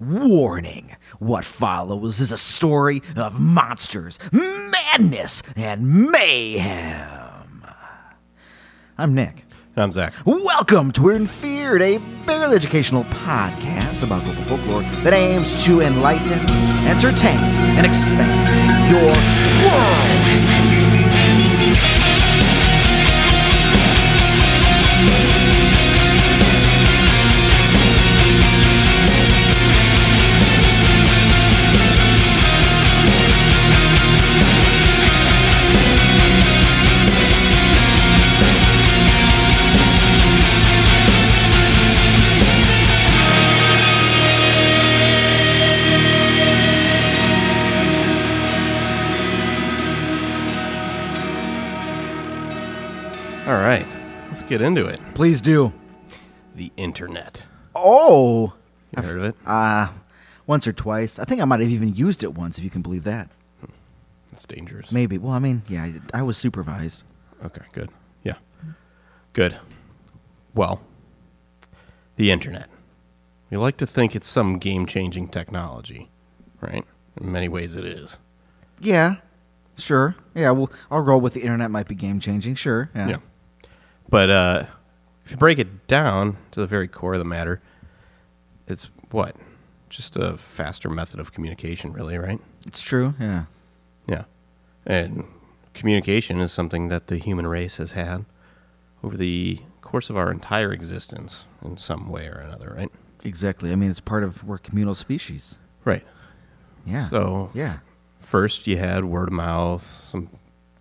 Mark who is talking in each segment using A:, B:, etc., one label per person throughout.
A: Warning! What follows is a story of monsters, madness, and mayhem. I'm Nick.
B: And I'm Zach.
A: Welcome to Weird and Feared, a barely educational podcast about local folklore that aims to enlighten, entertain, and expand your world.
B: All right, let's get into it.
A: Please do.
B: The internet.
A: Oh,
B: You heard of it?
A: uh, once or twice. I think I might have even used it once, if you can believe that.
B: It's dangerous.
A: Maybe. Well, I mean, yeah, I, I was supervised.
B: Okay, good. Yeah. Good. Well, the internet. We like to think it's some game changing technology, right? In many ways, it is.
A: Yeah, sure. Yeah, well, I'll roll with the internet might be game changing. Sure. Yeah.
B: Yeah. But uh, if you break it down to the very core of the matter, it's what? Just a faster method of communication, really, right?
A: It's true. Yeah.
B: Yeah. And communication is something that the human race has had over the course of our entire existence in some way or another, right?
A: Exactly. I mean, it's part of we're communal species.
B: Right.
A: Yeah.
B: So
A: Yeah.
B: first you had word of mouth, some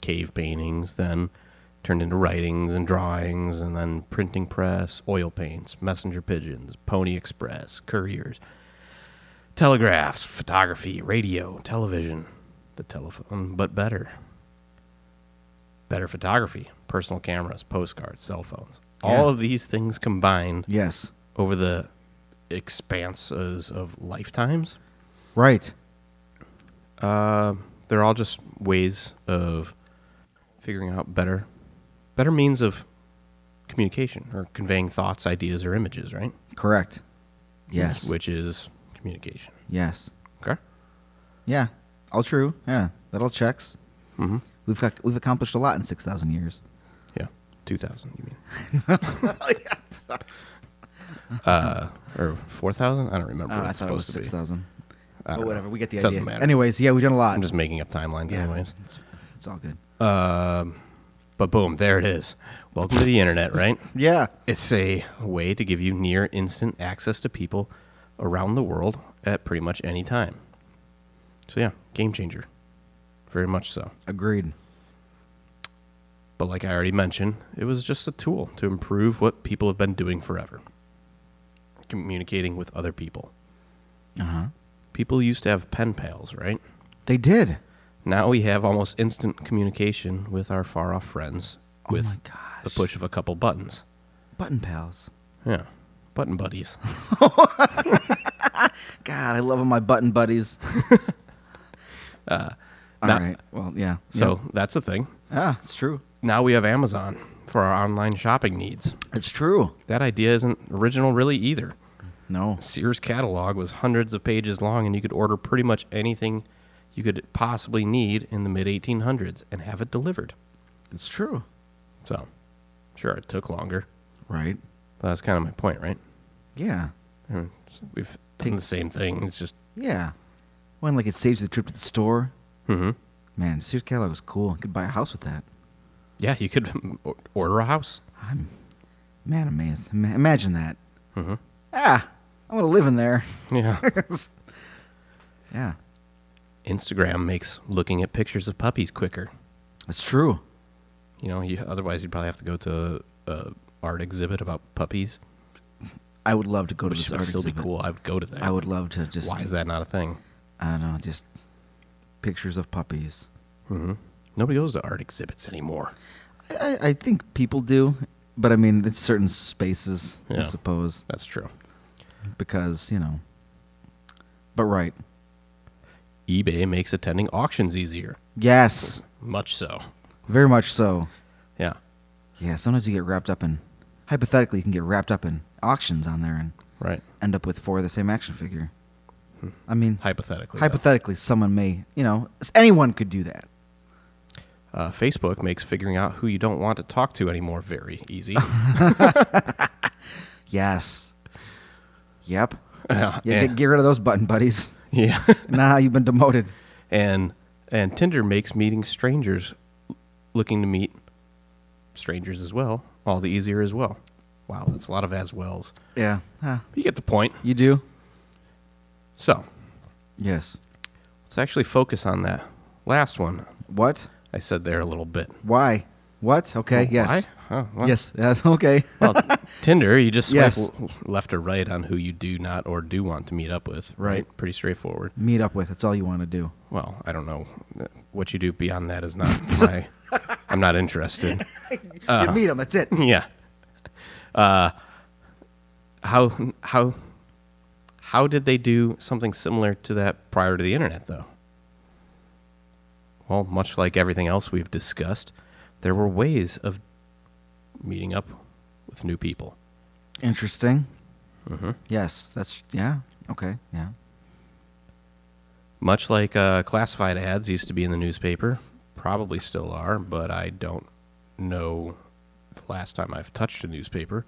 B: cave paintings, then turned into writings and drawings, and then printing press, oil paints, messenger pigeons, pony express, couriers, telegraphs, photography, radio, television, the telephone, but better. Better photography, personal cameras, postcards, cell phones. All
A: Yeah.
B: of these things combined
A: Yes.
B: over the expanses of lifetimes
A: Right.
B: uh, they're all just ways of figuring out better, better means of communication or conveying thoughts, ideas, or images, right?
A: Correct. Yes.
B: Which is communication.
A: Yes.
B: Okay.
A: Yeah. All true. Yeah. That all checks.
B: Mm-hmm.
A: We've got we've accomplished a lot in six thousand years.
B: Yeah. Two thousand. You mean? uh, or four thousand? I don't remember.
A: I, don't
B: what
A: know, Oh, I
B: it's
A: thought it was
B: supposed
A: six
B: to be.
A: thousand.
B: I don't
A: But
B: know.
A: whatever. We get the
B: Doesn't
A: idea.
B: matter.
A: Anyways, yeah, we've done a lot.
B: I'm just making up timelines,
A: yeah.
B: anyways.
A: It's, it's all good.
B: Um, but boom, there it is. Welcome to the internet, right?
A: Yeah.
B: It's a way to give you near instant access to people around the world at pretty much any time. So, yeah, game changer. Very much so.
A: Agreed.
B: But, like I already mentioned, it was just a tool to improve what people have been doing forever communicating with other people.
A: Uh
B: Uh-huh.
A: huh.
B: People used to have pen pals, right?
A: They did.
B: Now we have almost instant communication with our far off friends
A: Oh
B: with
A: my gosh.
B: the push of a couple buttons.
A: Button pals.
B: Yeah, button buddies.
A: God, I love all my button buddies. All
B: not-
A: right. Well, yeah.
B: Uh, So, that's a thing.
A: yeah. ah, it's true.
B: now we have Amazon for our online shopping needs.
A: It's true.
B: That idea isn't original, really, either.
A: No.
B: Sears catalog was hundreds of pages long, and you could order pretty much anything you could possibly need in the mid 1800s and have it delivered.
A: It's true.
B: So, sure, it took longer.
A: Right.
B: But that's kind of my point, right?
A: Yeah.
B: I mean, it's- We've
A: Take-
B: done the same thing. It's just,
A: Yeah. When like it saves the trip to the store.
B: hmm
A: Man, Sears catalog was cool. I could buy a house with that.
B: yeah, you could or- order a house.
A: I'm man amazed. Ima- imagine that.
B: hmm
A: Ah, I'm gonna live in there.
B: Yeah.
A: yeah,
B: Instagram makes looking at pictures of puppies quicker.
A: it's true.
B: You know, you, otherwise you'd probably have to go to a art exhibit about puppies,
A: I would love to go to
B: which
A: this
B: would
A: art
B: still be
A: exhibit.
B: cool. I would go to that.
A: I would love to just.
B: Why is that not a thing?
A: I don't know. Just pictures of puppies. Mm-hmm.
B: hmm Nobody goes to art exhibits anymore.
A: I, I think people do, but I mean, it's certain spaces, I
B: Yeah.
A: suppose,
B: That's true.
A: because you know. But right,
B: eBay makes attending auctions easier.
A: yes,
B: Much so.
A: very much so.
B: Yeah.
A: Yeah, sometimes you get wrapped up in. Hypothetically, you can get wrapped up in auctions on there and
B: Right.
A: end up with four of the same action figure. I mean,
B: hypothetically. though.
A: hypothetically, someone may, you know, s- anyone could do that.
B: uh, Facebook makes figuring out who you don't want to talk to anymore very easy.
A: Yes. Yep.
B: yeah,
A: Yeah, Get, get rid of those button buddies.
B: yeah.
A: nah, you've been demoted.
B: and and Tinder makes meeting strangers looking to meet strangers as well all the easier as well. Wow, that's a lot of as wells.
A: Yeah. Huh.
B: You get the point.
A: You do?
B: So
A: Yes.
B: let's actually focus on that last one
A: What?
B: I said there a little bit.
A: Why? What? Okay.
B: Why?
A: yes.
B: Huh, well-
A: Yes. Yes. Okay.
B: well, Tinder, you just swipe
A: Yes.
B: l- left or right on who you do not or do want to meet up with.
A: Right.
B: Pretty straightforward.
A: Meet up with. That's all you want to do.
B: Well, I don't know what you do beyond that is not my. I'm not interested.
A: You meet them. That's it.
B: Yeah. Uh, how how how did they do something similar to that prior to the internet though? Well, much like everything else we've discussed, there were ways of meeting up with new people.
A: Interesting. Yes. That's, yeah. Okay. Yeah.
B: Much like uh, classified ads used to be in the newspaper, probably still are, but I don't know the last time I've touched a newspaper.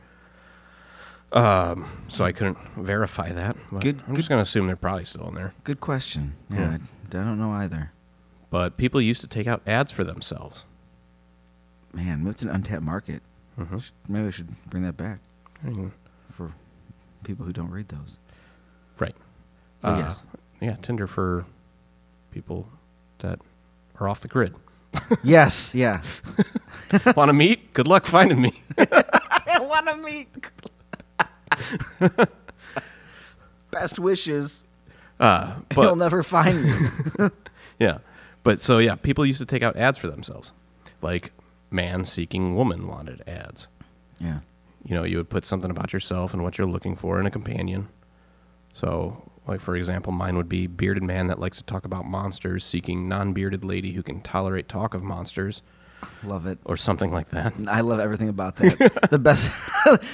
B: Um, so I couldn't verify that. but
A: Good-
B: I'm just going to assume they're probably still in there.
A: Good question. Yeah. I, I don't know either.
B: But people used to take out ads for themselves.
A: Man, it's an untapped market. Sh- Maybe I should bring that back Hmm. for people who don't read those.
B: Right. Uh,
A: But Oh, yes.
B: Yeah, Tinder for people that are off the grid.
A: Yes. Yeah.
B: Want to meet? Good luck finding me.
A: I want to meet. Best wishes.
B: Uh, but
A: He'll never find me.
B: Yeah. But so yeah, people used to take out ads for themselves. Like man seeking woman wanted ads.
A: yeah.
B: You know, you would put something about yourself and what you're looking for in a companion. So, like for example, mine would be bearded man that likes to talk about monsters seeking non-bearded lady who can tolerate talk of monsters
A: Love it.
B: or something like that.
A: I love everything about that. the best,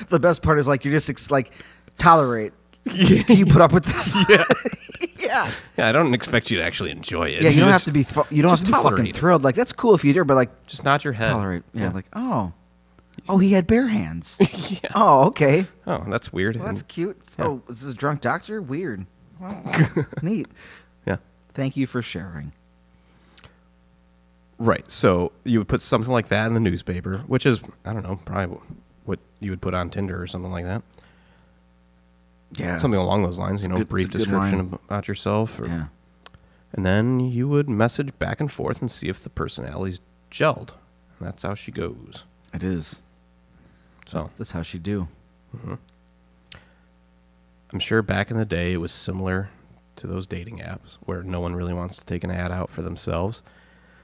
A: the best part is like you're just ex- like tolerate. Can you put up with this? Yeah, yeah.
B: Yeah, I don't expect you to actually enjoy
A: you
B: it.
A: don't have
B: just-
A: to be. Fu- you don't have
B: just
A: to be fucking
B: tolerate it.
A: thrilled. Like that's cool if you do, but like
B: just nod your head.
A: tolerate. Yeah, like oh, oh, he had bare hands. Oh, okay.
B: Oh, that's weird.
A: Well, that's
B: And-
A: cute. Oh, is this a drunk doctor? Weird. Well, neat.
B: yeah.
A: Thank you for sharing.
B: Right. So you would put something like that in the newspaper, which is I don't know, probably what you would put on Tinder or something like that.
A: Yeah.
B: Something along those lines, you know,
A: good-
B: brief
A: it's a good
B: description
A: line.
B: ab- about yourself or,
A: Yeah.
B: and then you would message back and forth and see if the personalities gelled. And that's how she goes.
A: It is.
B: So,
A: That's, that's how she do.
B: I'm sure back in the day it was similar to those dating apps where no one really wants to take an ad out for themselves.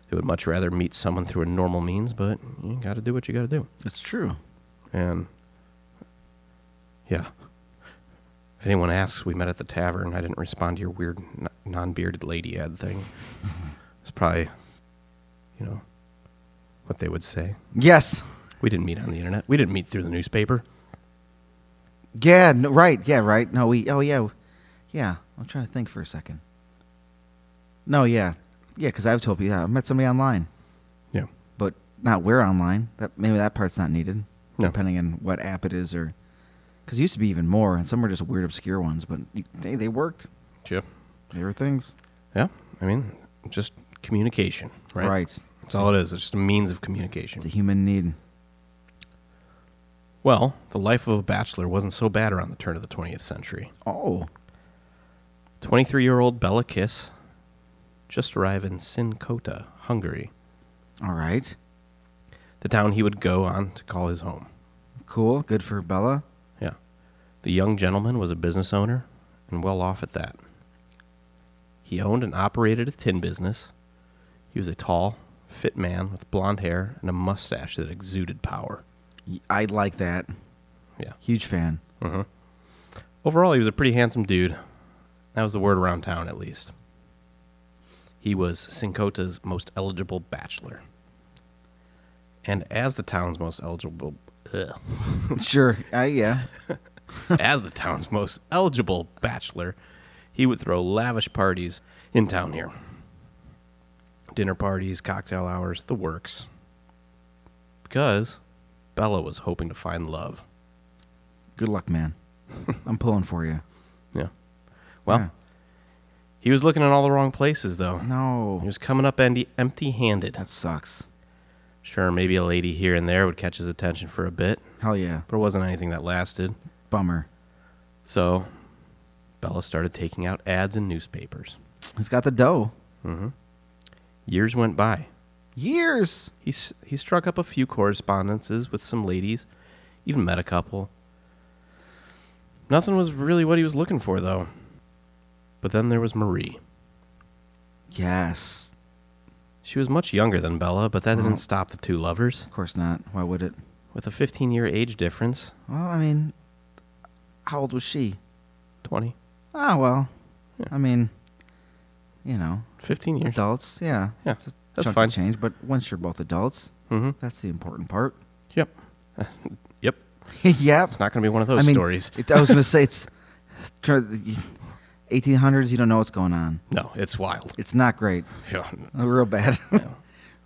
B: They would much rather meet someone through a normal means, but you got to do what you got to do.
A: It's true.
B: And yeah, if anyone asks, we met at the tavern. I didn't respond to your weird n- non-bearded lady ad thing. It's probably, you know, what they would say.
A: Yes.
B: We didn't meet on the internet. We didn't meet through the newspaper.
A: Yeah, no, right. Yeah, right. No, we. Oh, yeah, yeah. I'm trying to think for a second. No, yeah, yeah. Because I've told you, yeah, I met somebody online,
B: Yeah.
A: but not where online. That maybe that part's not needed,
B: No.
A: depending on what app it is, or because it used to be even more, and some were just weird, obscure ones, but you- they they worked.
B: Yeah.
A: They were things.
B: Yeah. I mean, just communication, right?
A: Right.
B: That's all it is. It's just a means of communication.
A: It's a human need.
B: Well, the life of a bachelor wasn't so bad around the turn of the 20th century.
A: Oh,
B: 23 year old Bella Kiss just arrived in Sinkota, Hungary,
A: all right.
B: the town he would go on to call his home.
A: Cool. Good for Bella.
B: Yeah. The young gentleman was a business owner and well off at that. He owned and operated a tin business. He was a tall, fit man with blonde hair and a mustache that exuded power.
A: Y- I like that.
B: Yeah.
A: Huge fan.
B: Overall, he was a pretty handsome dude. That was the word around town, at least. He was Sincota's most eligible bachelor. And as the town's most eligible, ugh,
A: sure. I yeah.
B: as the town's most eligible bachelor, He would throw lavish parties in town here dinner parties, cocktail hours, the works. Because Bella was hoping to find love.
A: Good luck, man. I'm pulling for you.
B: Yeah. Well,
A: Yeah.
B: he was looking in all the wrong places, though. He
A: No.
B: was coming up empty handed.
A: That sucks.
B: Sure, maybe a lady here and there would catch his attention for a bit,
A: Hell yeah.
B: but it wasn't anything that lasted.
A: Bummer.
B: So Bella started taking out ads in newspapers.
A: He's got the dough.
B: Years went by.
A: Years.
B: He, s- he struck up a few correspondences with some ladies, even met a couple. Nothing was really what he was looking for, though. But then there was Marie.
A: Yes.
B: She was much younger than Bella, but that
A: Wow.
B: didn't stop the two lovers.
A: Of course not. Why would it?
B: With a 15 year age difference,
A: Well, I mean, how old was she?
B: 20,
A: Ah, well.
B: Yeah.
A: I mean, you know,
B: 15 years.
A: adults. Yeah.
B: Yeah,
A: It's a
B: that's
A: chunk of
B: fine.
A: change, but once you're both adults,
B: Mm-hmm.
A: that's the important part.
B: Yep. yep.
A: yep.
B: It's not going to be one of those
A: I mean,
B: stories.
A: It, I was going to say it's it's tr- the 1800s. You don't know what's going on.
B: No, it's wild.
A: It's not great.
B: Yeah.
A: Uh, Real bad.
B: Yeah.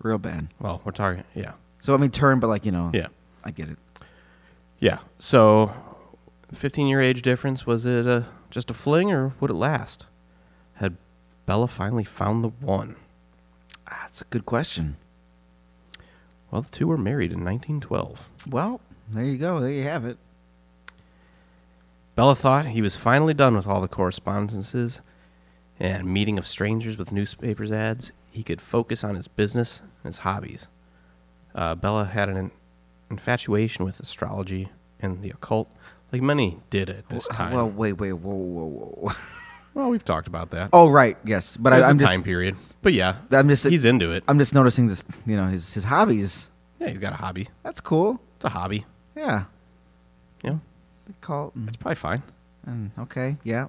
A: Real bad.
B: Well, we're talking. Yeah.
A: So I mean, turn, but like you know,
B: Yeah.
A: I get it.
B: Yeah. So, 15 year age difference, was it uh just a fling or would it last? Had Bella finally found the one?
A: Ah, That's a good question.
B: Well, the two were married in 1912.
A: Well, there you go. There you have it.
B: Bella thought he was finally done with all the correspondences and meeting of strangers with newspapers ads. He could focus on his business and his hobbies. Uh, Bella had an infatuation with astrology and the occult, like many did at this
A: Wh-
B: time.
A: Well,
B: Well,
A: wait, wait, whoa, whoa, whoa.
B: we've talked about that.
A: oh, right. Yes, but I,
B: There's
A: I'm
B: a
A: just,
B: time period. But yeah,
A: I'm just,
B: he's into it.
A: I'm just noticing this. You know, his his hobbies.
B: yeah, he's got a hobby.
A: That's cool.
B: It's a hobby.
A: Yeah.
B: You know,
A: They call it. mm,
B: it's probably fine.
A: mm, okay. Yeah.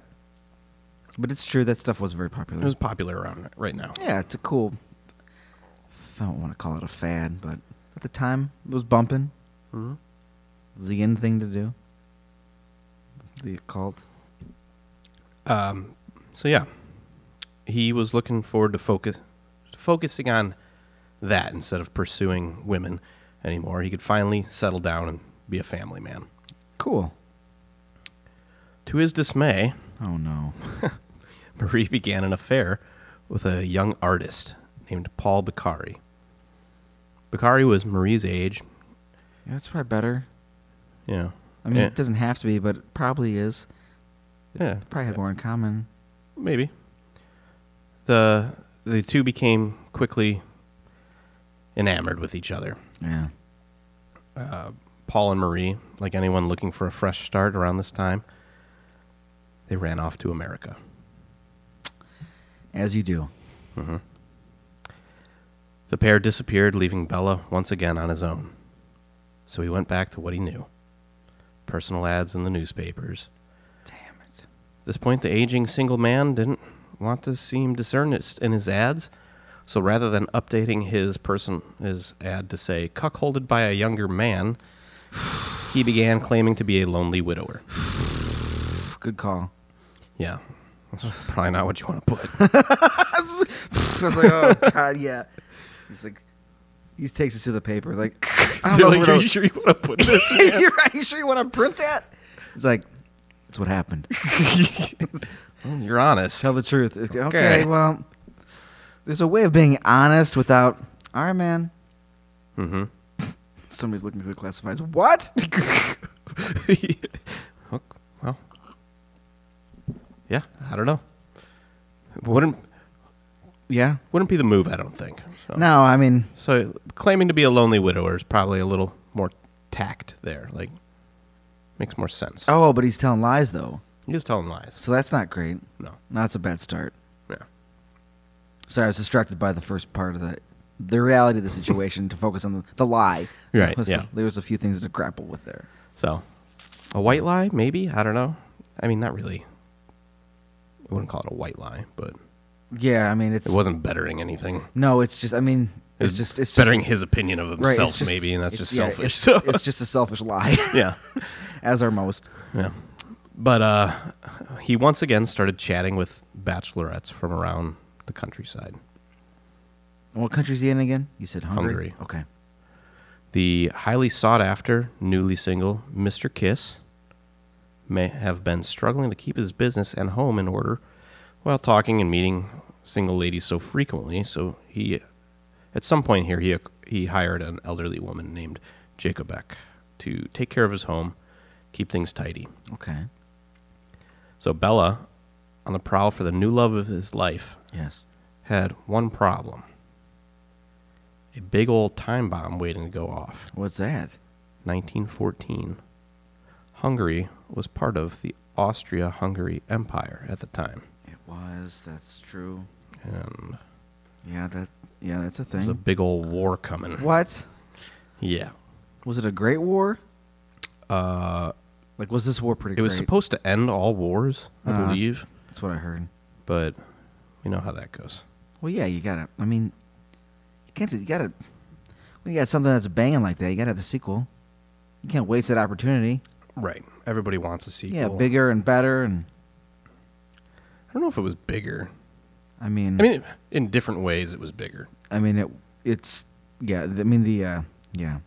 A: But it's true that stuff was very popular.
B: It was popular around right now.
A: Yeah, it's a cool. I don't want to call it a fad, but at the time it was bumping.
B: Mhm.
A: It was the in thing to do. The occult.
B: Um, so yeah, he was looking forward to focus, to focusing on that instead of pursuing women anymore. He could finally settle down and be a family man.
A: Cool.
B: To his dismay,
A: Oh no.
B: Marie began an affair with a young artist named Paul Bacari. Bacari was Marie's age,
A: Yeah, that's probably better.
B: you know.
A: I mean,
B: Yeah.
A: it doesn't have to be, but it probably is.
B: Yeah,
A: Probably had more in common.
B: Maybe. The the two became quickly enamored with each other.
A: Yeah.
B: Paul and Marie, like anyone looking for a fresh start around this time, they ran off to America.
A: As you do.
B: The pair disappeared, leaving Bella once again on his own. So he went back to what he knew. Personal ads in the newspapers.
A: Damn it.
B: At this point, the aging single man didn't want to seem dishonest in his ads, so rather than updating his person his ad to say "cuckolded by a younger man," he began claiming to be a lonely widower.
A: Pff, Good call.
B: Yeah, that's probably not what you want to put.
A: I was like, oh god, yeah. He's like, he takes us to the paper. Like, I
B: They're
A: don't know if we're
B: like, "Are
A: gonna-
B: you sure you want to put this?
A: You're right. You sure you want to print that? It's like, that's what happened.
B: Well, Mm, You're honest.
A: Tell the truth. It's- Okay,
B: Okay.
A: well, there's a way of being honest without, all right, man.
B: Mhm.
A: Somebody's looking through the classifieds. What?
B: Ok, well, yeah, I don't know. Wouldn't
A: yeah.
B: wouldn't be the move, I don't think. So.
A: No, I mean,
B: So claiming to be a lonely widower is probably a little more tact there. Like, makes more sense.
A: oh, but he's telling lies, though.
B: You just tell him lies.
A: So that's not great.
B: No.
A: No, that's a bad start.
B: Yeah.
A: Sorry, I was distracted by the first part of the, the reality of the situation to focus on the, the lie.
B: Right,
A: There was-
B: yeah.
A: There was a few things to grapple with there.
B: So, a white lie, maybe? I don't know. I mean, not really. I wouldn't call it a white lie, but
A: Yeah, I mean, it's.
B: it wasn't bettering anything.
A: No, it's just. I mean, it's,
B: It's
A: just. It's
B: bettering
A: just,
B: his opinion of
A: right, it's
B: himself,
A: just-
B: maybe, and that's
A: it's-
B: just
A: yeah,
B: selfish.
A: It's,
B: So,
A: it's just a selfish lie,
B: yeah.
A: as are most.
B: Yeah. But uh, he once again started chatting with bachelorettes from around the countryside.
A: What country's he in again? You said Hungary.
B: Hungary.
A: Okay.
B: The highly sought after, newly single Mr. Kiss may have been struggling to keep his business and home in order while talking and meeting single ladies so frequently. So he, at some point here, he, he hired an elderly woman named Jacobek to take care of his home, keep things tidy.
A: Okay.
B: So Bella, on the prowl for the new love of his life,
A: Yes.
B: had one problem a big old time bomb waiting to go off.
A: What's that?
B: 1914. Hungary was part of the Austria Hungary Empire at the time.
A: It was. That's true.
B: And
A: Yeah. That. Yeah. That's a
B: there's
A: thing.
B: a big old war coming.
A: what?
B: Yeah.
A: Was it a great war? Uh. Like, was this war pretty?
B: It was
A: great?
B: supposed to end all wars, I
A: Uh,
B: believe,
A: That's what I heard.
B: but we know how that goes.
A: Well, yeah. You gotta. I mean, you can't. You gotta. When you got something that's banging like that, you gotta have the sequel. You can't waste that opportunity.
B: Right. Everybody wants a sequel.
A: Yeah, bigger and better, and
B: I don't know if it was bigger.
A: I mean,
B: I mean, it- in different ways, it was bigger.
A: I mean, it. It's yeah. th- I mean the uh, yeah.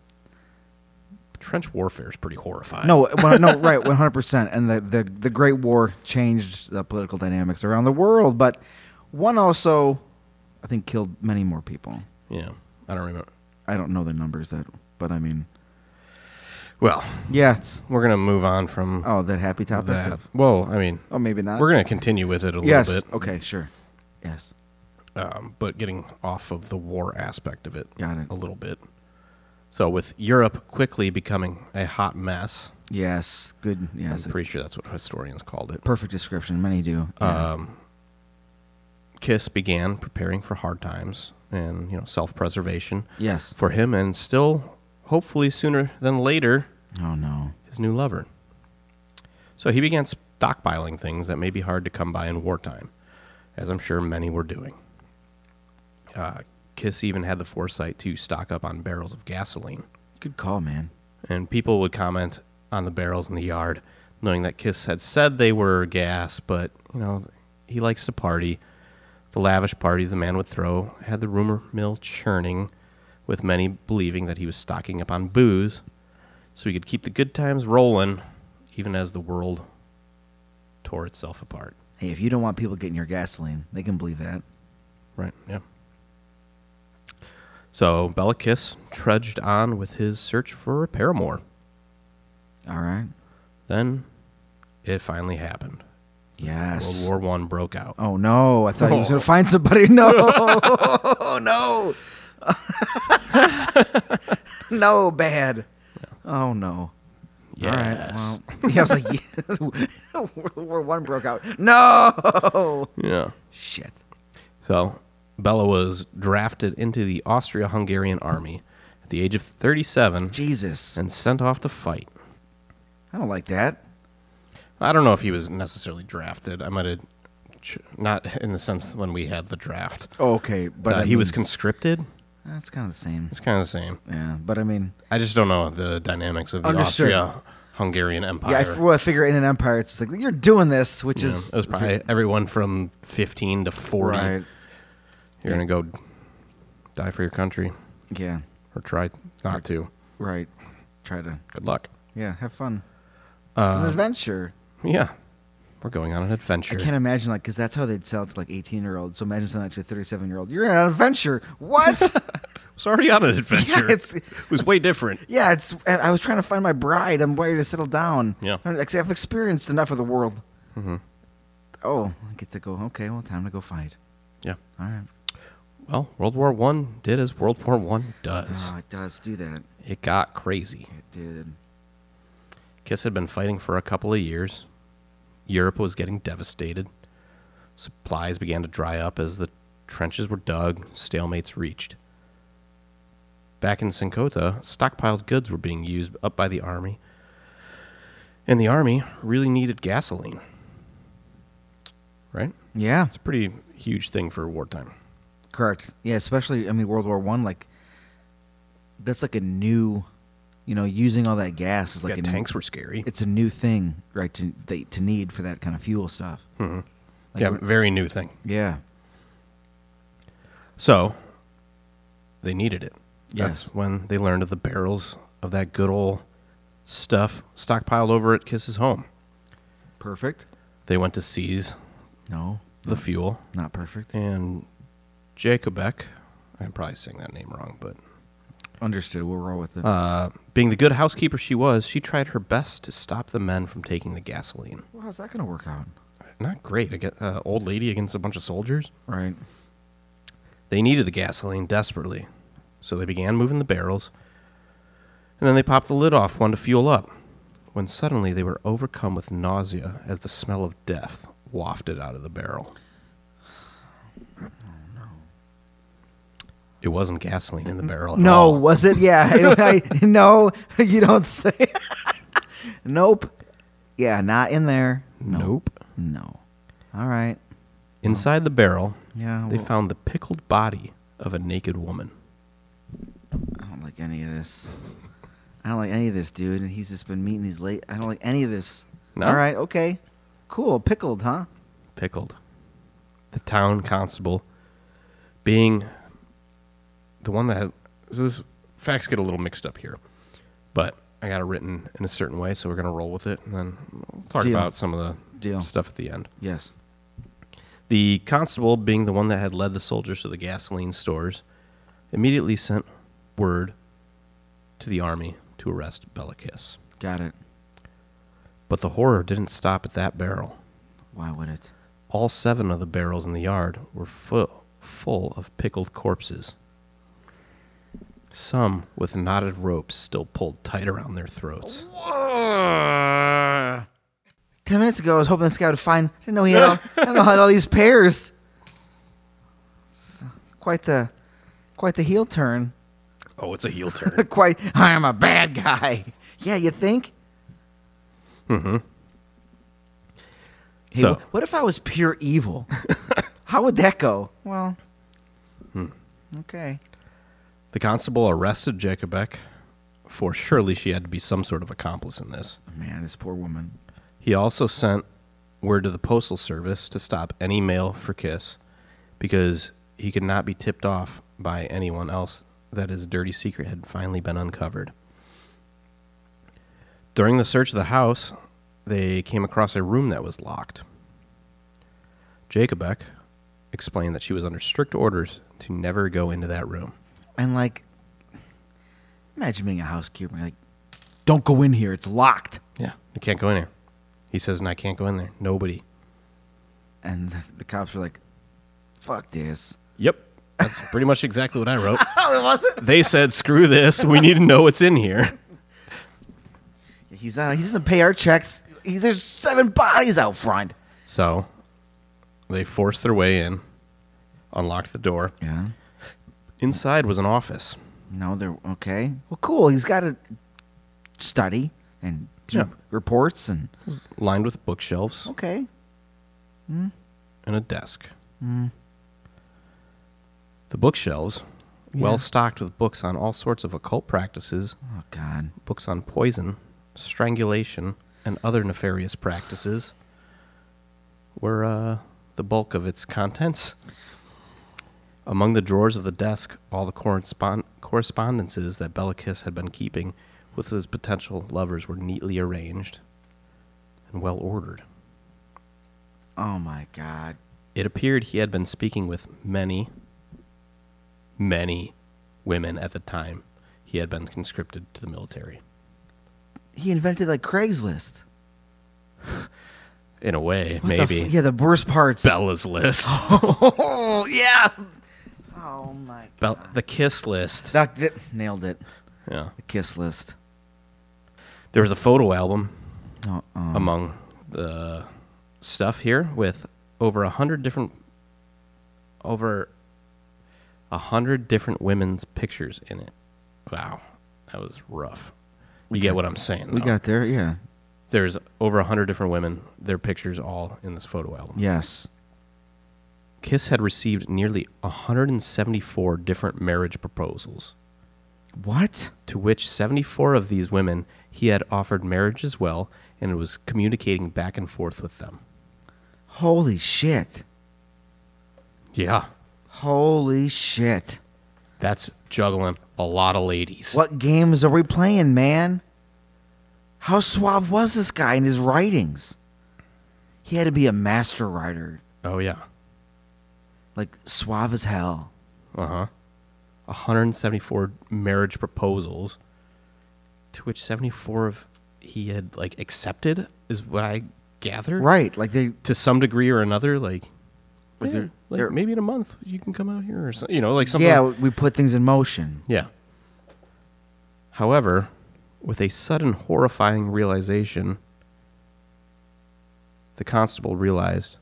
B: Trench warfare is pretty horrifying.
A: No, one- no, right, one hundred percent. And the, the the Great War changed the political dynamics around the world, but one also, I think, killed many more people.
B: Yeah. I don't remember.
A: I don't know the numbers that, but I mean,
B: Well,
A: yeah. It's,
B: we're going to move on from
A: oh, that happy topic.
B: that.
A: of-
B: Well, I mean,
A: oh, maybe not.
B: we're going to continue with it a
A: yes.
B: little bit.
A: Okay. Sure. Yes.
B: um, but getting off of the war aspect of it,
A: Got it.
B: a little bit. So with Europe quickly becoming a hot mess,
A: Yes. Good. Yes.
B: I'm pretty sure that's what historians called it.
A: perfect description. Many do. Yeah.
B: Um, Kiss began preparing for hard times and you know self-preservation
A: yes.
B: for him, and still, hopefully sooner than later,
A: Oh no.
B: his new lover. So he began stockpiling things that may be hard to come by in wartime, as I'm sure many were doing. Uh, Kiss even had the foresight to stock up on barrels of gasoline.
A: Good call, man.
B: and people would comment on the barrels in the yard, knowing that Kiss had said they were gas, but you know he likes to party. The lavish parties the man would throw had the rumor mill churning, with many believing that he was stocking up on booze, so he could keep the good times rolling, even as the world tore itself apart.
A: Hey, if you don't want people getting your gasoline, they can believe that.
B: Right. Yeah. So Bella Kiss trudged on with his search for a paramour.
A: All right.
B: Then it finally happened.
A: Yes.
B: World War One broke out.
A: Oh no! I thought he was
B: Oh.
A: going to find somebody. No, no, no, bad. Oh no!
B: Yes.
A: All right. Well, yeah, I was like, yes. World War One broke out. No.
B: Yeah.
A: Shit.
B: So Bella was drafted into the Austria-Hungarian army at the age of 37
A: Jesus.
B: and sent off to fight.
A: I don't like that.
B: I don't know if he was necessarily drafted. I might have ch- not in the sense when we had the draft.
A: Oh, okay, but
B: But
A: I
B: Uh, he was
A: mean,
B: conscripted.
A: that's kind of the same.
B: It's kind of the same.
A: Yeah, but I mean,
B: I just don't know the dynamics of the
A: Understood.
B: Austria-Hungarian Empire.
A: yeah. I, f- well, I figure in an empire, it's just like you're doing this, which
B: You know,
A: is
B: it was probably everyone from 15 to 40.
A: right.
B: You're going to go die for your country
A: Yeah,
B: or try not to.
A: right. Try to
B: Good luck. Uh,
A: yeah, have fun. it's an adventure.
B: Yeah. We're going on an adventure.
A: I can't imagine, like, because that's how they'd sell it to like eighteen year olds. So imagine selling that to a thirty seven year old. You're on an adventure. What?
B: was already on an adventure.
A: Yeah, it's-
B: it was way different.
A: yeah, it's. and I was trying to find my bride. I'm ready to settle down.
B: Yeah. Mm-hmm.
A: I'm- like, I've experienced enough of the world. Oh, I get to go. Okay, well, time to go fight.
B: Yeah.
A: All right.
B: Well, World War One did as World War One does.
A: Oh, it does do that.
B: It got crazy.
A: It did.
B: Kiss had been fighting for a couple of years. Europe was getting devastated. Supplies began to dry up as the trenches were dug, stalemates reached. Back in Sinkota, stockpiled goods were being used up by the army, and the army really needed gasoline. Right?
A: Yeah.
B: It's a pretty huge thing for wartime.
A: Correct. Yeah, especially I mean World War One, like that's like a new you know, using all that gas is like
B: yeah,
A: a
B: tanks were scary.
A: it's a new thing, right? To they, to need for that kind of fuel stuff. Like
B: Mm-hmm. yeah,
A: we're-
B: very new thing.
A: yeah,
B: So they needed it.
A: Yes.
B: That's when they learned of the barrels of that good old stuff stockpiled over at Kiss's home.
A: perfect.
B: They went to seize
A: No,
B: the fuel,
A: not perfect.
B: and Jacobek, I'm probably saying that name wrong, but
A: Understood. We'll roll with it.
B: uh, being the good housekeeper she was, she tried her best to stop the men from taking the gasoline.
A: well, how's that going to work out?
B: Not great. Aga uh, old lady against a bunch of soldiers.
A: Right.
B: They needed the gasoline desperately, so they began moving the barrels, and then they popped the lid off one to fuel up, when suddenly they were overcome with nausea as the smell of death wafted out of the barrel. It wasn't gasoline in the barrel. At
A: No,
B: all.
A: was it? Yeah. I- I- no, you don't say. nope. Yeah, not in there. No.
B: Nope.
A: No. All right.
B: Inside the barrel,
A: Yeah.
B: they
A: well,
B: found the pickled body of a naked woman.
A: I don't like any of this. I don't like any of this, dude. And he's just been meeting these late. I don't like any of this.
B: No?
A: All right. Okay. Cool. Pickled, huh?
B: pickled. The town constable being the one that so this facts get a little mixed up here, but I got it written in a certain way, so we're gonna roll with it, and then we'll talk
A: Deal.
B: about some of the
A: Deal.
B: stuff at the end.
A: Yes.
B: The constable, being the one that had led the soldiers to the gasoline stores, immediately sent word to the army to arrest Bellicus.
A: Got it.
B: But the horror didn't stop at that barrel.
A: Why would it?
B: All seven of the barrels in the yard were full, full of pickled corpses. Some with knotted ropes still pulled tight around their throats.
A: Ten minutes ago, I was hoping this guy would find. I didn't know he had. All, I didn't know he had all these pairs. It's quite the, quite the heel turn.
B: Oh, it's a heel turn.
A: quite. I am a bad guy. Yeah, you think? Mm-hmm. Hey,
B: So-
A: wh- what if I was pure evil? How would that go? Well, okay.
B: the constable arrested Jacobek, for surely she had to be some sort of accomplice in this.
A: Oh, Man, this poor woman.
B: He also sent word to the postal service to stop any mail for Kiss because he could not be tipped off by anyone else that his dirty secret had finally been uncovered. During the search of the house, they came across a room that was locked. Jacobek explained that she was under strict orders to never go into that room.
A: And like, imagine being a housekeeper. Like, don't go in here. It's locked.
B: Yeah, you can't go in there. He says, and I can't go in there. Nobody.
A: And the, the cops were like, "Fuck this."
B: Yep. That's pretty much exactly what I wrote.
A: Oh, it wasn't.
B: they said, "Screw this. We need to know what's in here."
A: He's not. He doesn't pay our checks. He, there's seven bodies out front.
B: So they forced their way in, unlocked the door.
A: Yeah.
B: Inside was an office.
A: No, they're okay. Well, cool. He's got to study and do
B: Yeah.
A: reports and
B: It was lined with bookshelves
A: okay.
B: and a desk. The bookshelves, well stocked with books on all sorts of occult practices,
A: Oh God.
B: books on poison, strangulation, and other nefarious practices, were uh, the bulk of its contents. Among the drawers of the desk, all the correspond- correspondences that Bellicus had been keeping with his potential lovers were neatly arranged and well ordered.
A: Oh my God.
B: It appeared he had been speaking with many, many women at the time he had been conscripted to the military.
A: He invented like Craigslist.
B: In a way,
A: What the f-
B: maybe.
A: yeah, the worst parts.
B: Bella's list.
A: oh yeah. Oh my.
B: Bell- the kiss list.
A: That, that nailed it.
B: Yeah.
A: The kiss list.
B: There was a photo album
A: Oh, um,
B: among the stuff here with over a hundred different over a hundred different women's pictures in it. Wow. That was rough. You get what I'm saying.
A: we
B: though.
A: got there. Yeah.
B: There's over a hundred different women, their pictures all in this photo album.
A: Yes.
B: Kiss had received nearly 174 different marriage proposals.
A: What?
B: to which 74 of these women he had offered marriage as well and was communicating back and forth with them.
A: Holy shit.
B: Yeah.
A: Holy shit.
B: That's juggling a lot of ladies.
A: What games are we playing, man? How suave was this guy in his writings? He had to be a master writer,
B: Oh, yeah.
A: like suave as hell.
B: Uh huh. 174 marriage proposals, to which 74 of he had like accepted, is what I gather.
A: Right, like they
B: To some degree or another, like,
A: Like
B: yeah,
A: they're-
B: like,
A: they're-
B: maybe in a month you can come out here or something, you know, like something.
A: Yeah, we put things in motion.
B: Yeah. However, with a sudden horrifying realization, the constable realized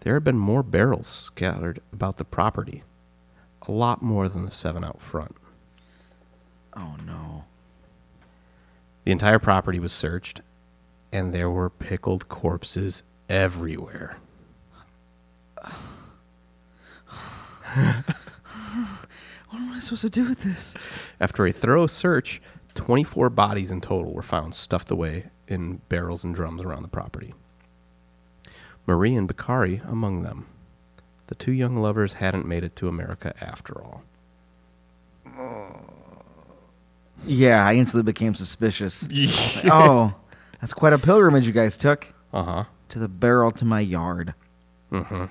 B: there had been more barrels scattered about the property, a lot more than the seven out front.
A: Oh no.
B: The entire property was searched, and there were pickled corpses everywhere.
A: What am I supposed to do with this?
B: After a thorough search, 24 bodies in total were found stuffed away in barrels and drums around the property. Marie and Bakari among them. The two young lovers hadn't made it to America after all.
A: Yeah, I instantly became suspicious. oh, that's quite a pilgrimage you guys took
B: Uh huh.
A: to the barrel to my yard.
B: Mm-hmm.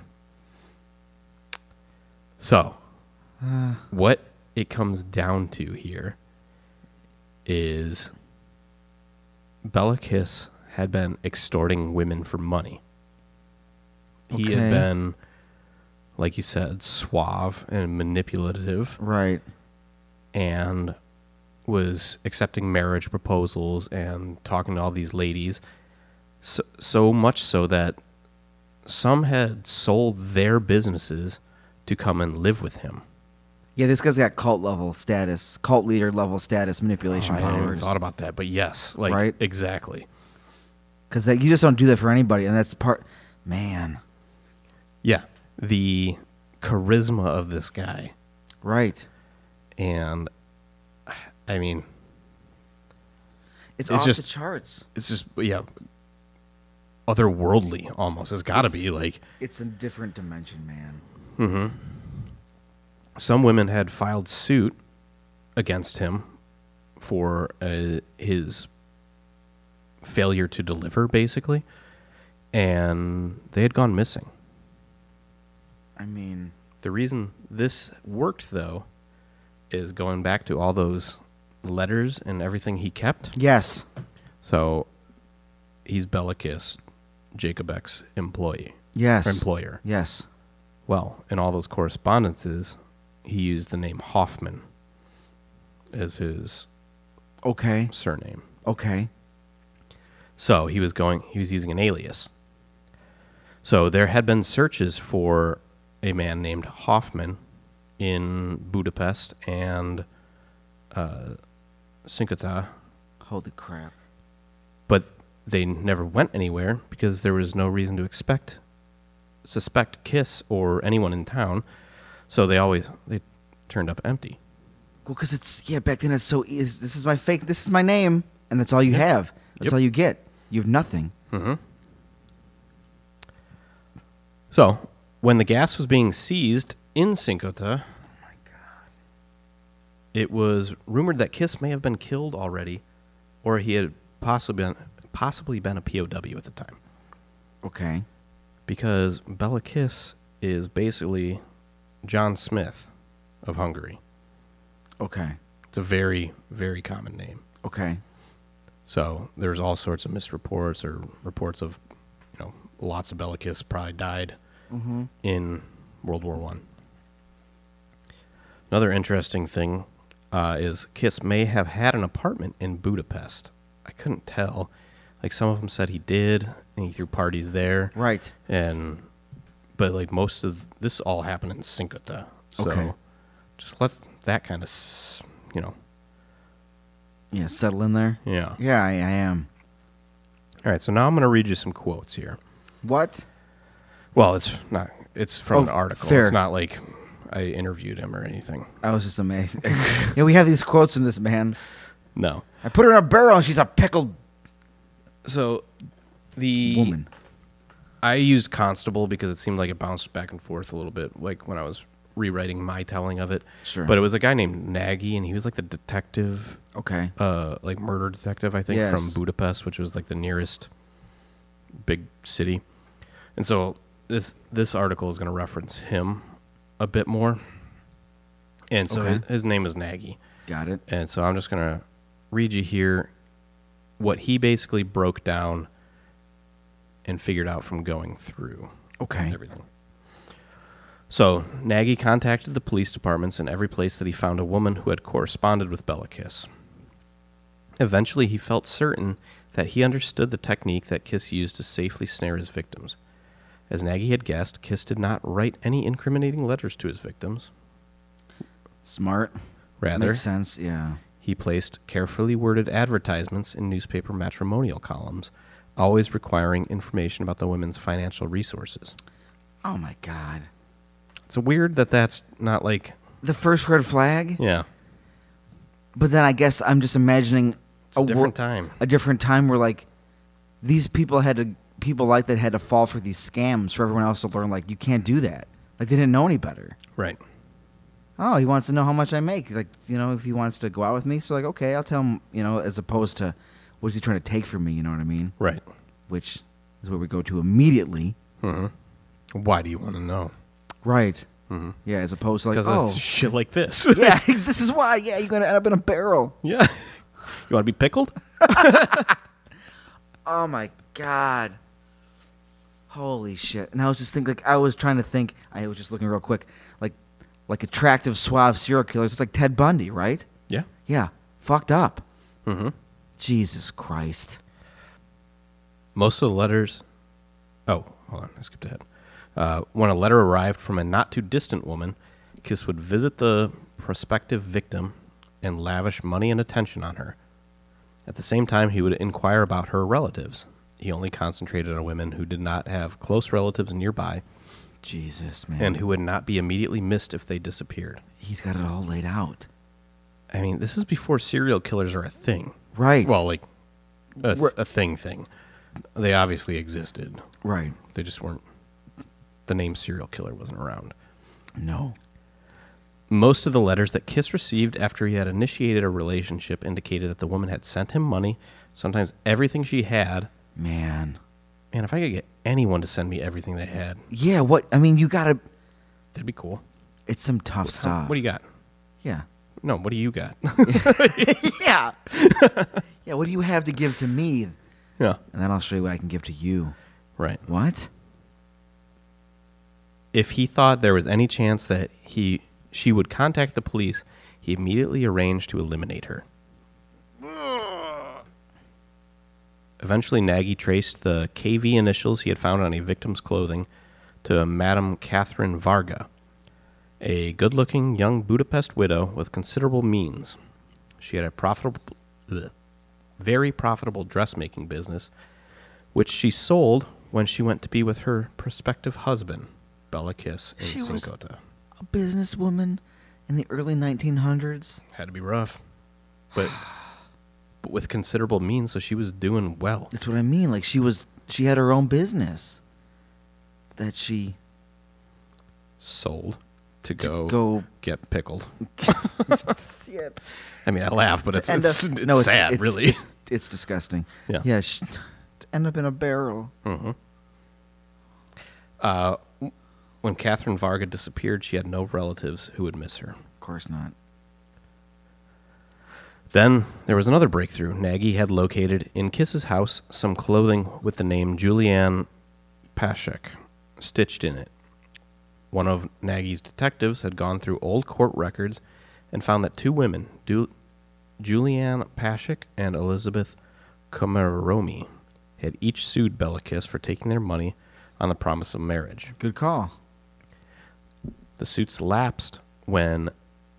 B: So, what it comes down to here is Bella Kiss had been extorting women for money. He
A: Okay.
B: had been, like you said, suave and manipulative
A: Right.
B: and was accepting marriage proposals and talking to all these ladies. So, so much so that some had sold their businesses to come and live with him.
A: Yeah, this guy's got cult level status, cult leader level status manipulation
B: Oh, I hadn't even
A: powers.
B: thought about that, but yes, like
A: Right?
B: exactly.
A: Because you just don't do that for anybody, and that's part. Man,
B: Yeah, the charisma of this guy,
A: right?
B: and I mean,
A: It's,
B: It's
A: off
B: just-
A: the charts.
B: it's just yeah, otherworldly almost. It's got to be like
A: It's a different dimension, man.
B: some women had filed suit against him for uh, his failure to deliver, basically, and they had gone missing.
A: I mean,
B: The reason this worked, though, is going back to all those letters and everything he kept.
A: yes,
B: So he's Bellicus, Jacob X employee, or
A: yes,
B: employer.
A: yes.
B: Well, in all those correspondences, he used the name Hoffman as his
A: Okay,
B: surname.
A: okay.
B: So he was going. He was using an alias. So there had been searches for a man named Hoffman in Budapest and uh, Cincotta,
A: Holy crap!
B: but they never went anywhere because there was no reason to expect, suspect Kiss or anyone in town. So they always they turned up empty.
A: Well, because it's yeah. Back then, it's so easy. This is my fake. This is my name, and that's all you have. That's
B: Yep.
A: all you get. You have nothing.
B: So, when the gas was being seized in Cincota, it was rumored that Kiss may have been killed already, or he had possibly been, possibly been a POW at the time.
A: Okay.
B: Because Bella Kiss is basically John Smith of Hungary.
A: Okay.
B: It's a very, very common name.
A: Okay.
B: So there's all sorts of misreports or reports of, you know, lots of Bellicus probably died
A: Mm-hmm.
B: in World War One. Another interesting thing uh, is Kiss may have had an apartment in Budapest. I couldn't tell. Like some of them said he did, and he threw parties there.
A: Right.
B: And but like most of this all happened in Cincotta. So
A: Okay.
B: just let that kind of, s- you know,
A: Yeah. Settle in there.
B: yeah.
A: Yeah, I, I am.
B: All right. So now I'm going to read you some quotes here.
A: What?
B: Well, it's not. It's from
A: Oh,
B: an article.
A: fair.
B: It's not like I interviewed him or anything.
A: I was just amazed. yeah, we have these quotes from this man.
B: No.
A: I put her in a barrel and she's a pickled
B: So the
A: woman.
B: I used Constable because it seemed like it bounced back and forth a little bit, like when I was rewriting my telling of it.
A: Sure.
B: But it was a guy named Nagy, and he was like the detective,
A: Okay.
B: uh, like murder detective, I think, from
A: Yes.
B: Budapest, which was like the nearest big city. And so this this article is going to reference him a bit more. And so
A: Okay.
B: his, his name is Nagy.
A: Got it.
B: And so I'm just going to read you here what he basically broke down and figured out from going through
A: Okay.
B: everything. So Nagy contacted the police departments in every place that he found a woman who had corresponded with Bellakis. Eventually, he felt certain that he understood the technique that Kiss used to safely snare his victims. As Nagy had guessed, Kiss did not write any incriminating letters to his victims.
A: Smart.
B: Rather,
A: Makes sense. Yeah.
B: he placed carefully worded advertisements in newspaper matrimonial columns, always requiring information about the women's financial resources.
A: Oh my god.
B: It's weird that that's not like,
A: The first red flag.
B: yeah,
A: But then I guess I'm just imagining
B: it's a,
A: wor-
B: different time.
A: a different time where like these people had to people like that had to fall for these scams for everyone else to learn like you can't do that. Like they didn't know any better.
B: Right.
A: Oh, he wants to know how much I make. Like, you know, if he wants to go out with me, so like, okay, I'll tell him, you know, as opposed to what's he trying to take from me, you know what I mean?
B: Right.
A: Which is where we go to immediately.
B: Why do you want to know?
A: Right. Mm-hmm. Yeah, as opposed to like,
B: Because
A: oh,
B: it's shit like this.
A: yeah, this is why. Yeah, you're gonna end up in a barrel.
B: yeah. You want to be pickled?
A: Oh my god. Holy shit. And I was just thinking like I was trying to think I was just looking real quick, like like attractive, suave serial killers. It's like Ted Bundy, right?
B: Yeah.
A: Yeah. Fucked up. Mm-hmm. Jesus Christ.
B: Most of the letters. Oh, hold on. I skipped ahead. Uh, when a letter arrived from a not too distant woman, Kiss would visit the prospective victim and lavish money and attention on her. At the same time, he would inquire about her relatives. He only concentrated on women who did not have close relatives nearby
A: Jesus, man.
B: and who would not be immediately missed if they disappeared.
A: He's got it all laid out.
B: I mean, this is before serial killers are a thing.
A: Right.
B: Well, like a, th- a thing thing. They obviously existed.
A: right.
B: They just weren't. The name serial killer wasn't around.
A: No.
B: Most of the letters that Kiss received after he had initiated a relationship indicated that the woman had sent him money, sometimes everything she had.
A: Man.
B: Man, if I could get anyone to send me everything they had,
A: Yeah, what I mean, you got to
B: that'd be cool.
A: it's some tough stuff.
B: What do you got?
A: Yeah.
B: No, what do you got?
A: yeah. yeah, what do you have to give to me?
B: yeah,
A: And then I'll show you what I can give to you.
B: right.
A: What?
B: if he thought there was any chance that he she would contact the police, he immediately arranged to eliminate her. Eventually, Nagy traced the KV initials he had found on a victim's clothing to Madame Catherine Varga, a good looking young Budapest widow with considerable means. She had a profitable, bleh, very profitable dressmaking business, which she sold when she went to be with her prospective husband, Bella Kiss, in
A: She was-
B: Sinkota.
A: A businesswoman in the early 1900s?
B: Had to be rough, but, but with considerable means, so she was doing well.
A: That's what I mean. Like she was she had her own business that she
B: Sold to
A: to
B: go,
A: go
B: get pickled.
A: Shit.
B: I mean, I laugh, but it's,
A: end
B: it's,
A: up-
B: it's
A: no,
B: sad,
A: it's-
B: really.
A: It's, it's disgusting.
B: Yeah.
A: Yeah. Sh- to end up in a barrel.
B: When Catherine Varga disappeared, she had no relatives who would miss her.
A: Of course not.
B: Then there was another breakthrough. Nagy had located in Kiss's house some clothing with the name Julianne Pashek stitched in it. One of Nagy's detectives had gone through old court records and found that two women, Du- Julianne Pashek and Elizabeth Komaromi, had each sued Bella Kiss for taking their money on the promise of marriage.
A: Good call.
B: The suits lapsed when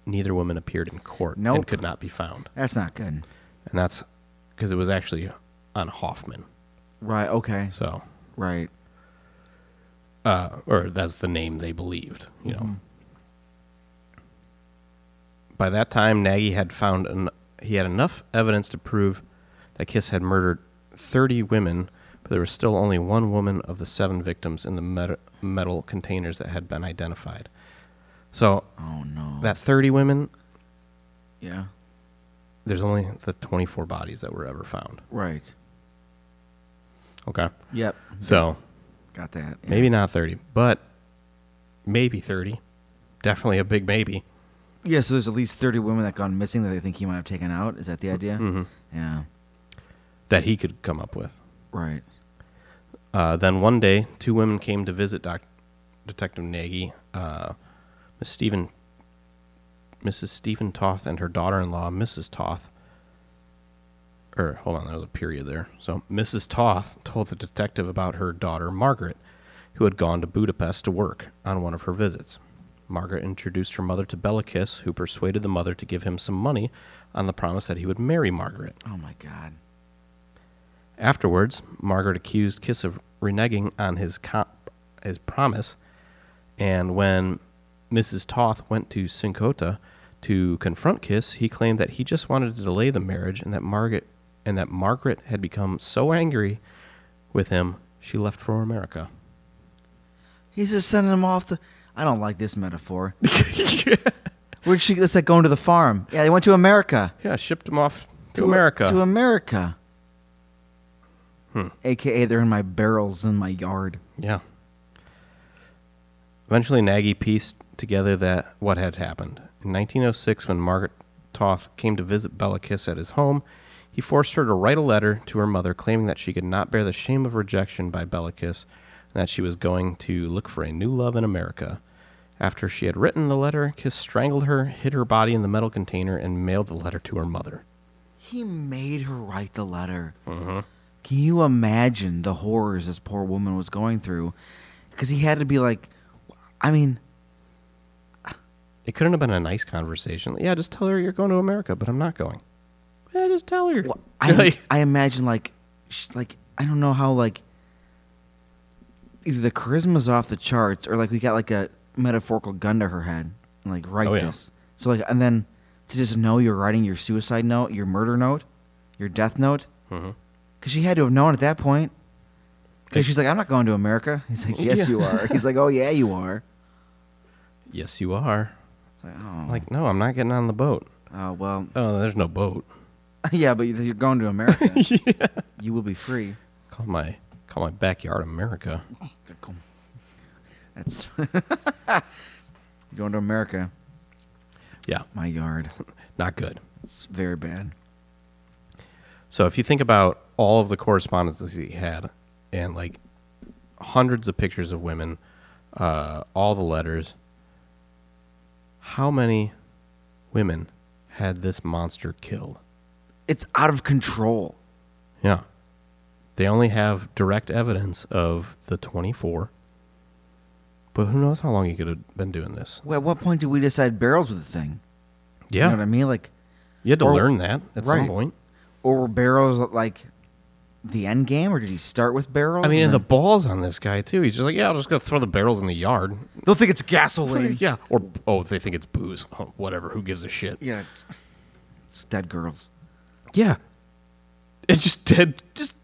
B: neither woman appeared in court
A: Nope.
B: and could not be found.
A: That's not good.
B: And that's because it was actually on Hoffman.
A: Right. Okay.
B: So,
A: Right.
B: uh, or that's the name they believed, you know. By that time, Nagy had found en- he had enough evidence to prove that Kiss had murdered 30 women, but there was still only one woman of the seven victims in the met- metal containers that had been identified. So
A: Oh no.
B: that 30 women,
A: yeah.
B: there's only the 24 bodies that were ever found.
A: Right.
B: Okay,
A: Yep.
B: so
A: Got that. Mm-hmm. yeah.
B: maybe not 30, but maybe 30. Definitely a big maybe.
A: Yeah. So there's at least 30 women that gone missing that they think he might have taken out. Is that the idea?
B: Mhm.
A: Yeah.
B: that he could come up with.
A: Right.
B: Uh, then one day, two women came to visit Doc, Detective Nagy, uh, Miss Stephen, Mrs. Stephen Toth, and her daughter-in-law, Mrs. Toth. Or hold on, there was a period there. So Mrs. Toth told the detective about her daughter Margaret, who had gone to Budapest to work on one of her visits. Margaret introduced her mother to Bellicus, who persuaded the mother to give him some money on the promise that he would marry Margaret.
A: Oh my God.
B: Afterwards, Margaret accused Kiss of reneging on his co his promise, and when Mrs. Toth went to Sinkota to confront Kiss, he claimed that he just wanted to delay the marriage and that Margaret and that Margaret had become so angry with him she left for America.
A: He's just sending them off to. I don't like this metaphor. Where'd she? That's like going to the farm. Yeah, they went to America.
B: Yeah, shipped him off to, America.
A: To America. Hmm. AKA, they're in my barrels in my yard.
B: Yeah. Eventually, Nagy pieced together that what had happened. In 1906, when Margaret Toth came to visit Bella Kiss at his home, he forced her to write a letter to her mother claiming that she could not bear the shame of rejection by Bella Kiss and that she was going to look for a new love in America. After she had written the letter, Kiss strangled her, hid her body in the metal container, and mailed the letter to her mother.
A: He made her write the letter. Can you imagine the horrors this poor woman was going through? Because he had to be like, I mean,
B: It couldn't have been a nice conversation. Yeah, just tell her you're going to America, but I'm not going. Yeah, just tell her.
A: Well, I,
B: Like-
A: I imagine like, sh like I don't know how like either the charisma's off the charts or like we got like a metaphorical gun to her head and like write
B: Oh, yeah.
A: this. So like and then to just know you're writing your suicide note, your murder note, your death note,
B: Mhm.
A: because she had to have known at that point.
B: Like-
A: Because she's like, I'm not going to America. He's like, Yes,
B: Yeah.
A: you are. He's like, Oh yeah, you are.
B: Yes, you are.
A: It's like, oh,
B: Like, no, I'm not getting on the boat.
A: oh well,
B: Oh, there's no boat.
A: yeah, but you're going to America. You will be free.
B: Call my call my backyard America.
A: That's going to America.
B: Yeah,
A: My yard.
B: not good.
A: It's very bad.
B: So if you think about all of the correspondences he had, and like hundreds of pictures of women, uh, all the letters, how many women had this monster killed?
A: It's out of control.
B: Yeah, they only have direct evidence of the 24. But who knows how long he could have been doing this?
A: Well, at what point do we decide barrels with the thing?
B: Yeah,
A: You know what I mean? Like,
B: you had to
A: Or-
B: learn that at some
A: Right.
B: point.
A: or were barrels like the end game, or did he start with barrels?
B: I mean, and
A: and
B: the
A: then-
B: balls on this guy too. He's just like, yeah, I'm just gonna throw the barrels in the yard.
A: they'll think it's gasoline.
B: Yeah, or oh, they think it's booze. Oh, whatever. Who gives a shit?
A: yeah, it's, it's dead girls.
B: Yeah, it's just dead. Just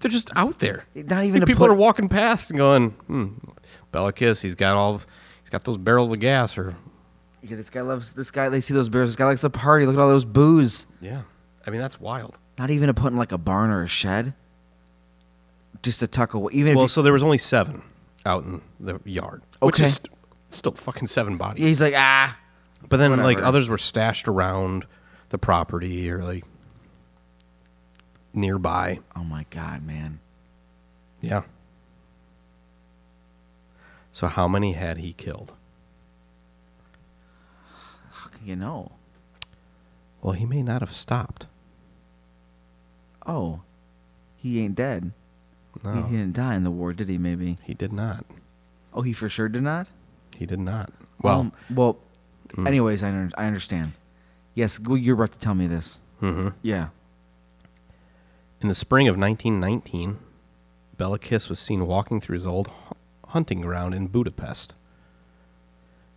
B: they're just out there.
A: Not
B: I
A: even
B: think
A: to
B: people
A: put-
B: are walking past and going, hmm, Bella Kiss. He's got all. He's got those barrels of gas. Or
A: Yeah, this guy loves this guy. They see those barrels. This guy likes to party. Look at all those booze.
B: yeah, I mean that's wild.
A: Not even to put in like a barn or a shed. Just to tuck away. Even if
B: Well,
A: you-
B: so there was only seven out in the yard, which
A: Okay.
B: is st- still fucking seven bodies.
A: he's like, ah,
B: But then, like
A: Whatever.
B: others were stashed around the property or like nearby.
A: oh my god, man.
B: Yeah. So how many had he killed?
A: How can you know?
B: Well, he may not have stopped.
A: Oh, he ain't dead. He-
B: No,
A: He didn't die in the war, did he? Maybe.
B: he did not.
A: Oh, he for sure did not.
B: He did not. Well,
A: Um, well. Anyways, I under- I understand. Yes, well, you're about to tell me this.
B: mhm.
A: Yeah.
B: in the spring of 1919, Bela Kiss was seen walking through his old hu- hunting ground in Budapest.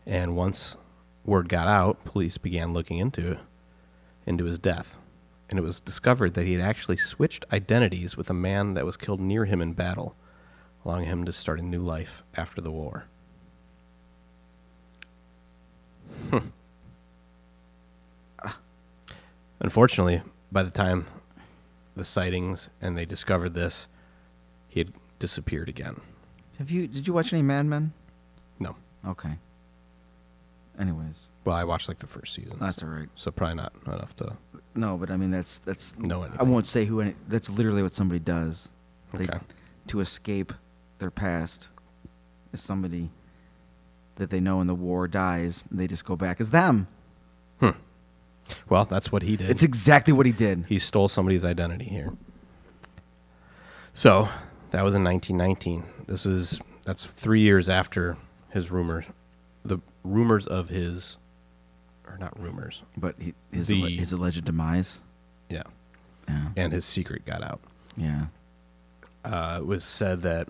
B: And once Word got out, police began looking into it, into his death, and it was discovered that he had actually switched identities with a man that was killed near him in battle, allowing him to start a new life after the war. Hmm. Unfortunately, by the time the sightings and they discovered this, he had disappeared again.
A: Have you? Did you watch any Mad Men?
B: No.
A: Okay. Anyways,
B: Well, I watched like the first season.
A: that's
B: so,
A: all right.
B: so probably not enough to.
A: No, but I mean that's that's.
B: Know
A: I
B: anything.
A: won't say who. Any, that's literally what somebody does. They-
B: Okay.
A: To escape their past, is somebody that they know in the war dies. And they just go back as them.
B: Well, that's what he did.
A: It's exactly what he did.
B: he stole somebody's identity here. So that was in 1919. This is that's three years after his rumor, the rumors of his, or not rumors,
A: But he, his
B: The-
A: alle- his alleged demise.
B: yeah,
A: Yeah.
B: and his secret got out.
A: Yeah.
B: uh, it was said that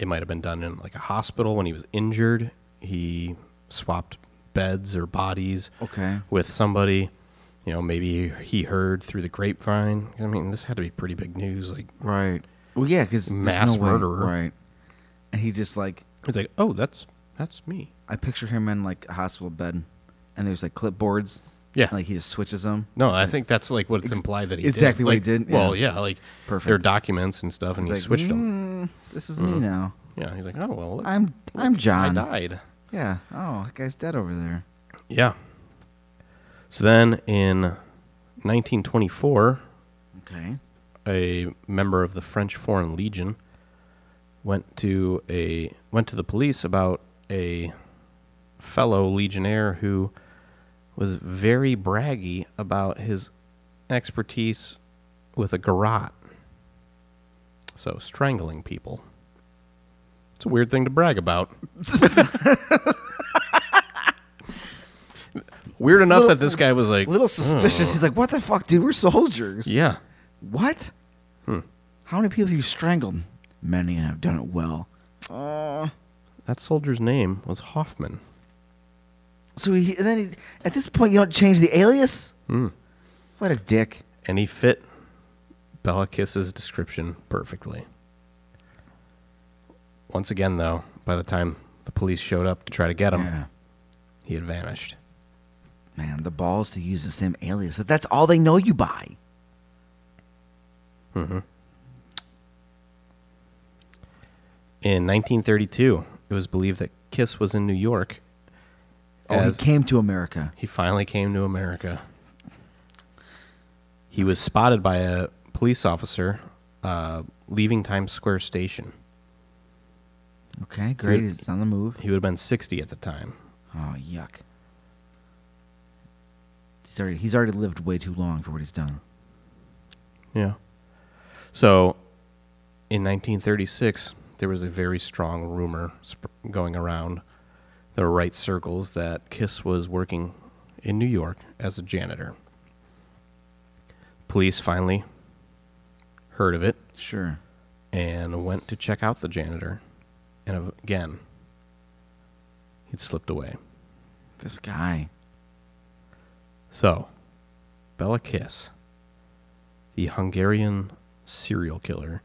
B: it might have been done in like a hospital when he was injured. He swapped beds or bodies
A: Okay.
B: with somebody. You know, maybe he heard through the grapevine. I mean, this had to be pretty big news. Like,
A: Right. Well, yeah, because
B: Mass murderer.
A: Right. And he just like
B: it's like, oh, that's that's me.
A: I picture him in like a hospital bed, and there's like clipboards.
B: Yeah.
A: And, like he just switches them.
B: No, I think that's like what it's implied that he
A: exactly
B: did.
A: what he
B: Like,
A: did, yeah.
B: Well, yeah, like there are
A: Perfect.
B: documents and stuff, and he switched Mm-hmm. them.
A: them. "Mm, This is me now.
B: Yeah, he's like, oh well, look,
A: I'm I'm
B: I
A: John.
B: died.
A: Yeah. Oh, that guy's dead over there.
B: Yeah. So then in 1924,
A: Okay.
B: a member of the French Foreign Legion went to a went to the police about a fellow legionnaire who was very braggy about his expertise with a garrote. So strangling people. It's a weird thing to brag about. weird enough that this guy was like
A: A little suspicious. He's like, "What the fuck, dude? We're soldiers.
B: Yeah. Hmm.
A: What? How many people have you strangled? Many, and I've done it well. Uh,
B: That soldier's name was Hoffman.
A: so he and then he, at this point, you don't change the alias.
B: Hmm.
A: What a dick.
B: and he fit Bellakiss's description perfectly. Once again, though, by the time the police showed up to try to get him,
A: Yeah.
B: he had vanished.
A: Man, the balls to use the same alias. That that's all they know you by.
B: In 1932, it was believed that Kiss was in New York.
A: Oh,
B: as-
A: he came to America.
B: He finally came to America. He was spotted by a police officer uh, leaving Times Square Station.
A: Okay, great. He's on the move.
B: He would have been 60 at the time.
A: Oh, yuck. He's already, he's already lived way too long for what he's done.
B: Yeah. So, in 1936, there was a very strong rumor sp- going around the right circles that Kiss was working in New York as a janitor. Police finally heard of it
A: Sure.
B: and went to check out the janitor, and again, he'd slipped away.
A: This guy.
B: So, Bella Kiss, the Hungarian serial killer,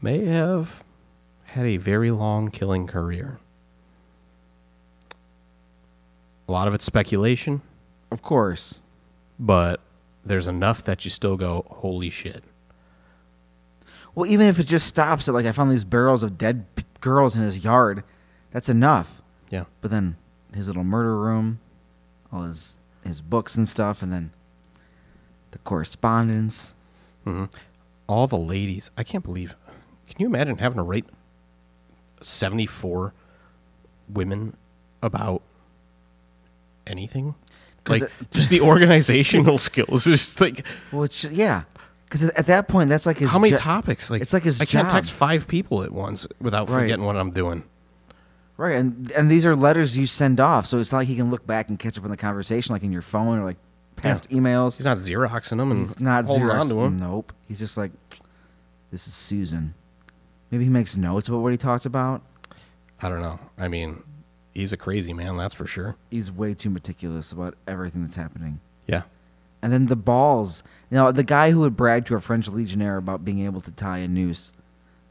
B: may have had a very long killing career. A lot of it's speculation,
A: Of course.
B: but there's enough that you still go, holy shit.
A: Well, even if it just stops at, like, I found these barrels of dead p- girls in his yard, that's enough.
B: Yeah.
A: But then his little murder room, all his, his books and stuff, and then the correspondence.
B: All the ladies, I can't believe. Can you imagine having to write 74 women about anything?
A: 'Cause
B: Like,
A: it-
B: just the organizational skills. Just like,
A: Well, it's ju- yeah, because at that point, that's like his.
B: how many
A: jo-
B: topics? Like
A: it's like his
B: I can't
A: job.
B: text five people at once without
A: Right.
B: forgetting what I'm doing.
A: Right, and and these are letters you send off, so it's not like he can look back and catch up on the conversation, like in your phone or like past emails.
B: He's not xeroxing them and
A: He's not
B: holding
A: zero.
B: on to them.
A: Nope. He's just like, this is Susan. Maybe he makes notes about what he talked about.
B: I don't know. I mean, he's a crazy man, that's for sure.
A: He's way too meticulous about everything that's happening.
B: Yeah.
A: And then the balls. Now, the guy who would brag to a French legionnaire about being able to tie a noose,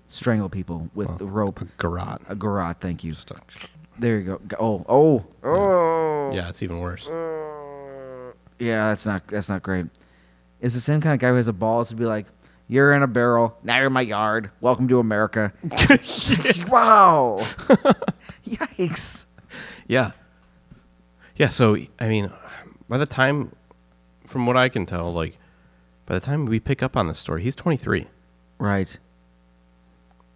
A: strangle people with a rope,
B: A garrote.
A: a garrote, thank you.
B: Just a-
A: There you go. G- Oh, oh, oh.
B: Yeah, it's even worse.
A: Yeah, that's not that's not great. It's the same kind of guy who has the balls to be like, "You're in a barrel. Now you're in my yard. Welcome to America." wow. Yikes.
B: Yeah. Yeah, so I mean, by the time from what I can tell, like by the time we pick up on this story, he's 23
A: Right.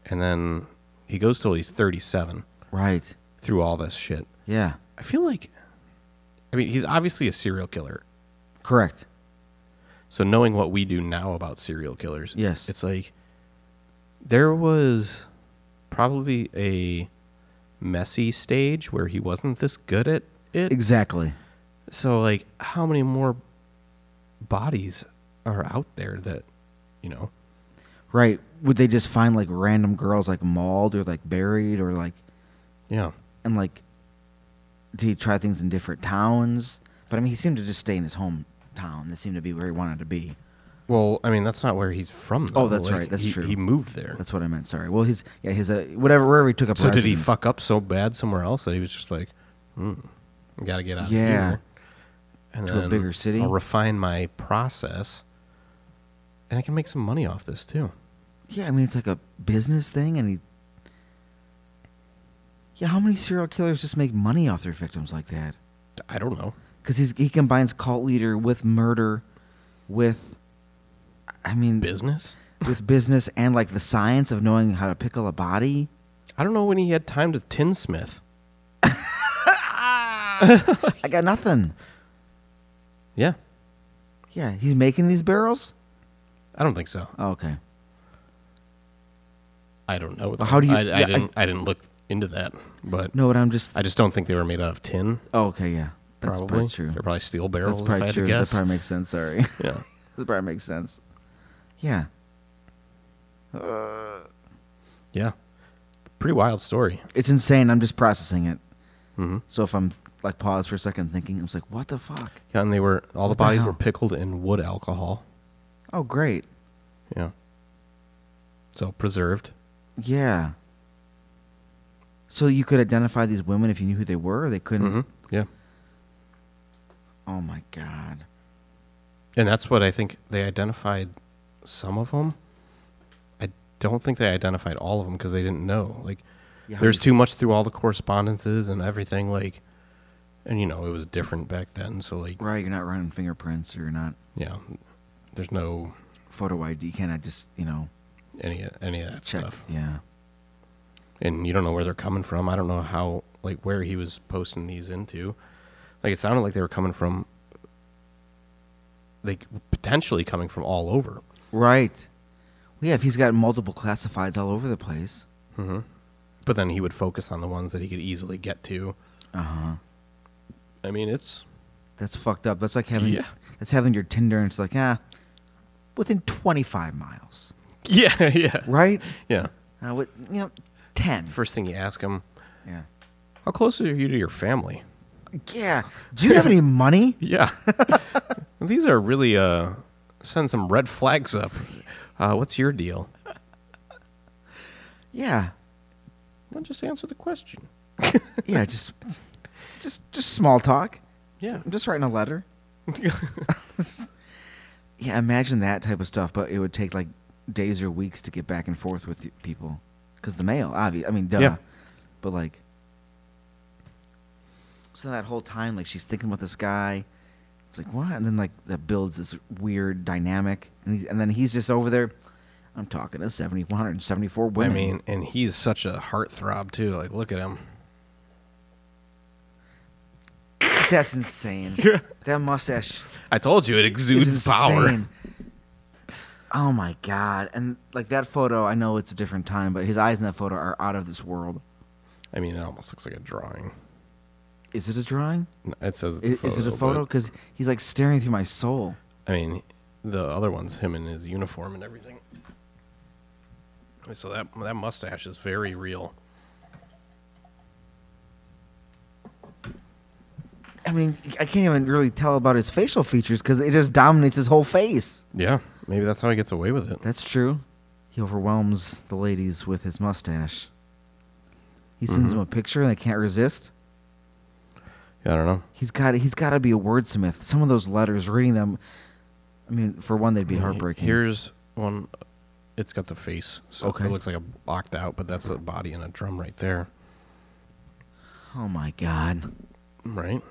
B: and then he goes till he's 37
A: Right.
B: through all this shit.
A: Yeah.
B: I feel like I mean, he's obviously a serial killer.
A: Correct.
B: So knowing what we do now about serial killers,
A: Yes.
B: it's like there was probably a messy stage where he wasn't this good at it.
A: Exactly.
B: So like how many more bodies are out there that you know
A: Right. Would they just find like random girls like mauled or like buried or like
B: yeah
A: and like did he try things in different towns? But I mean, he seemed to just stay in his hometown. That seemed to be where he wanted to be.
B: well i mean that's not where he's from though.
A: Oh, that's right, that's
B: he,
A: true.
B: he moved there
A: That's what I meant. Sorry. Well, his yeah, his uh, whatever wherever he took up.
B: so did he
A: residence.
B: fuck up so bad somewhere else that he was just like hmm, I gotta get out
A: Yeah.
B: of here and
A: To a
B: then
A: bigger city?
B: i'll refine my process and i can make some money off this too
A: Yeah, I mean it's like a business thing, and he. Yeah, how many serial killers just make money off their victims like that?
B: i don't know
A: Because he's he combines cult leader with murder, with, I mean,
B: business
A: with business and like the science of knowing how to pickle a body.
B: i don't know when he had time to tinsmith
A: I got nothing.
B: yeah
A: Yeah, he's making these barrels.
B: i don't think so
A: Oh, okay.
B: I don't know.
A: How do you-
B: I, I
A: yeah, I-
B: didn't. I, didn't look into that, but
A: No, but I'm just.
B: I just don't think they were made out of tin.
A: oh, okay, yeah. That's
B: Probably
A: probably true.
B: They're probably steel barrels.
A: That's probably
B: if
A: true.
B: I had
A: That
B: to guess.
A: probably makes sense. Sorry.
B: yeah.
A: that probably makes sense. Yeah.
B: Yeah. Pretty wild story.
A: It's insane. I'm just processing it.
B: hmm
A: So if I'm like paused for a second thinking, I'm just like, what the fuck?
B: Yeah, and they were all
A: What
B: the
A: the
B: bodies
A: hell?
B: were pickled in wood alcohol.
A: Oh, great.
B: Yeah. So preserved.
A: Yeah. So you could identify these women if you knew who they were, or they couldn't.
B: hmm Yeah.
A: Oh my god.
B: And that's what I think they identified. Some of them. I don't think they identified all of them because they didn't know. Like,
A: Yeah, how
B: there's
A: do
B: too much through all the correspondences and everything. Like, and you know it was different back then. So like.
A: you- Right, you're not running fingerprints, or you're not
B: Yeah, there's no
A: photo ID. You cannot just you know
B: any any of that
A: check.
B: stuff,
A: Yeah.
B: and you don't know where they're coming from. I don't know how like where he was posting these into. Like it sounded like they were coming from, like potentially coming from all over.
A: Right. Well, yeah. If he's got multiple classifieds all over the place.
B: Mm-hmm. But then he would focus on the ones that he could easily get to.
A: Uh huh.
B: I mean, it's
A: That's fucked up. That's like having
B: Yeah.
A: that's having your Tinder and it's like ah, within 25 miles,
B: yeah, yeah,
A: right?
B: yeah.
A: Uh, with you know, 10.
B: First thing you ask him,
A: yeah.
B: how close are you to your family?
A: Yeah. Do you have any money?
B: Yeah. These are really uh send some red flags up. Uh, what's your deal?
A: Yeah.
B: Well, just answer the question.
A: Yeah. Just, just, just small talk.
B: Yeah.
A: I'm just writing a letter. Yeah. Imagine that type of stuff, but it would take like days or weeks to get back and forth with the people because the mail, obviously. I mean, duh.
B: Yeah.
A: But like, so that whole time, like she's thinking about this guy. It's like what, and then like that builds this weird dynamic, and he, and then he's just over there. I'm talking to 70, 174
B: I
A: women.
B: mean, and he's such a heartthrob too. Like, look at him.
A: That's insane. That mustache
B: I told you it
A: is
B: exudes power.
A: insane. Oh my god! And like that photo, I know it's a different time, but his eyes in that photo are out of this world.
B: I mean, it almost looks like a drawing.
A: Is it a drawing?
B: No, It says
A: I-
B: it's
A: Is,
B: a photo,
A: it a
B: but,
A: photo? Because he's like staring through my soul.
B: I mean, the other one's him in his uniform and everything. So that that mustache is very real.
A: I mean, I can't even really tell about his facial features because it just dominates his whole face.
B: Yeah, maybe that's how he gets away with it.
A: That's true. He overwhelms the ladies with his mustache. He
B: Mm-hmm.
A: sends them a picture and they can't resist.
B: I don't know.
A: He's got he's got to be a wordsmith. Some of those letters, reading them, I mean, for one, they'd be heartbreaking.
B: Here's one. It's got the face, so
A: Okay.
B: it looks like a blocked out, but that's a body and a drum right there,
A: oh my god,
B: right?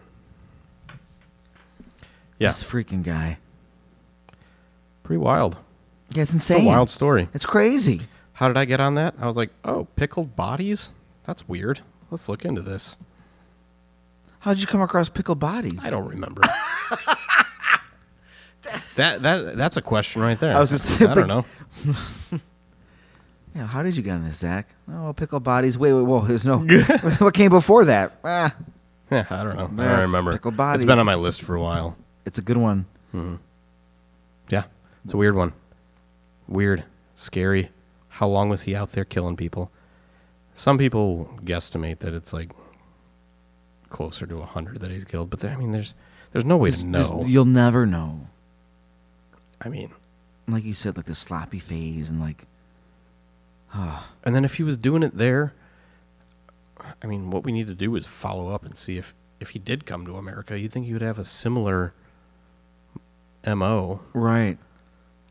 B: Yeah,
A: this freaking guy.
B: pretty wild.
A: Yeah, it's
B: It's
A: insane.
B: a wild story.
A: It's crazy.
B: How did I get on that? I was like, oh, pickled bodies. That's weird. Let's look into this.
A: How'd you come across pickled bodies?
B: I don't remember. that that that's a question right there.
A: I was just-
B: I don't know.
A: Yeah, how did you get on this, Zach? Oh, well, pickled bodies. Wait, wait, whoa. There's no. what came before that? Ah,
B: Yeah, I don't know. I
A: That's
B: don't remember.
A: pickled
B: It's
A: bodies.
B: been on my list for a while.
A: it's a good one.
B: Yeah, it's a weird one. Weird, scary. How long was he out there killing people? Some people guesstimate that it's like closer to hundred that he's killed, but there, I mean, there's there's no way
A: Just-
B: to
A: just-
B: know.
A: you'll never know.
B: I mean,
A: Like you said, like the sloppy phase and like.
B: and then if he was doing it there, I mean, what we need to do is follow up and see if if he did come to America, you'd think he would have a similar M.O.
A: Right.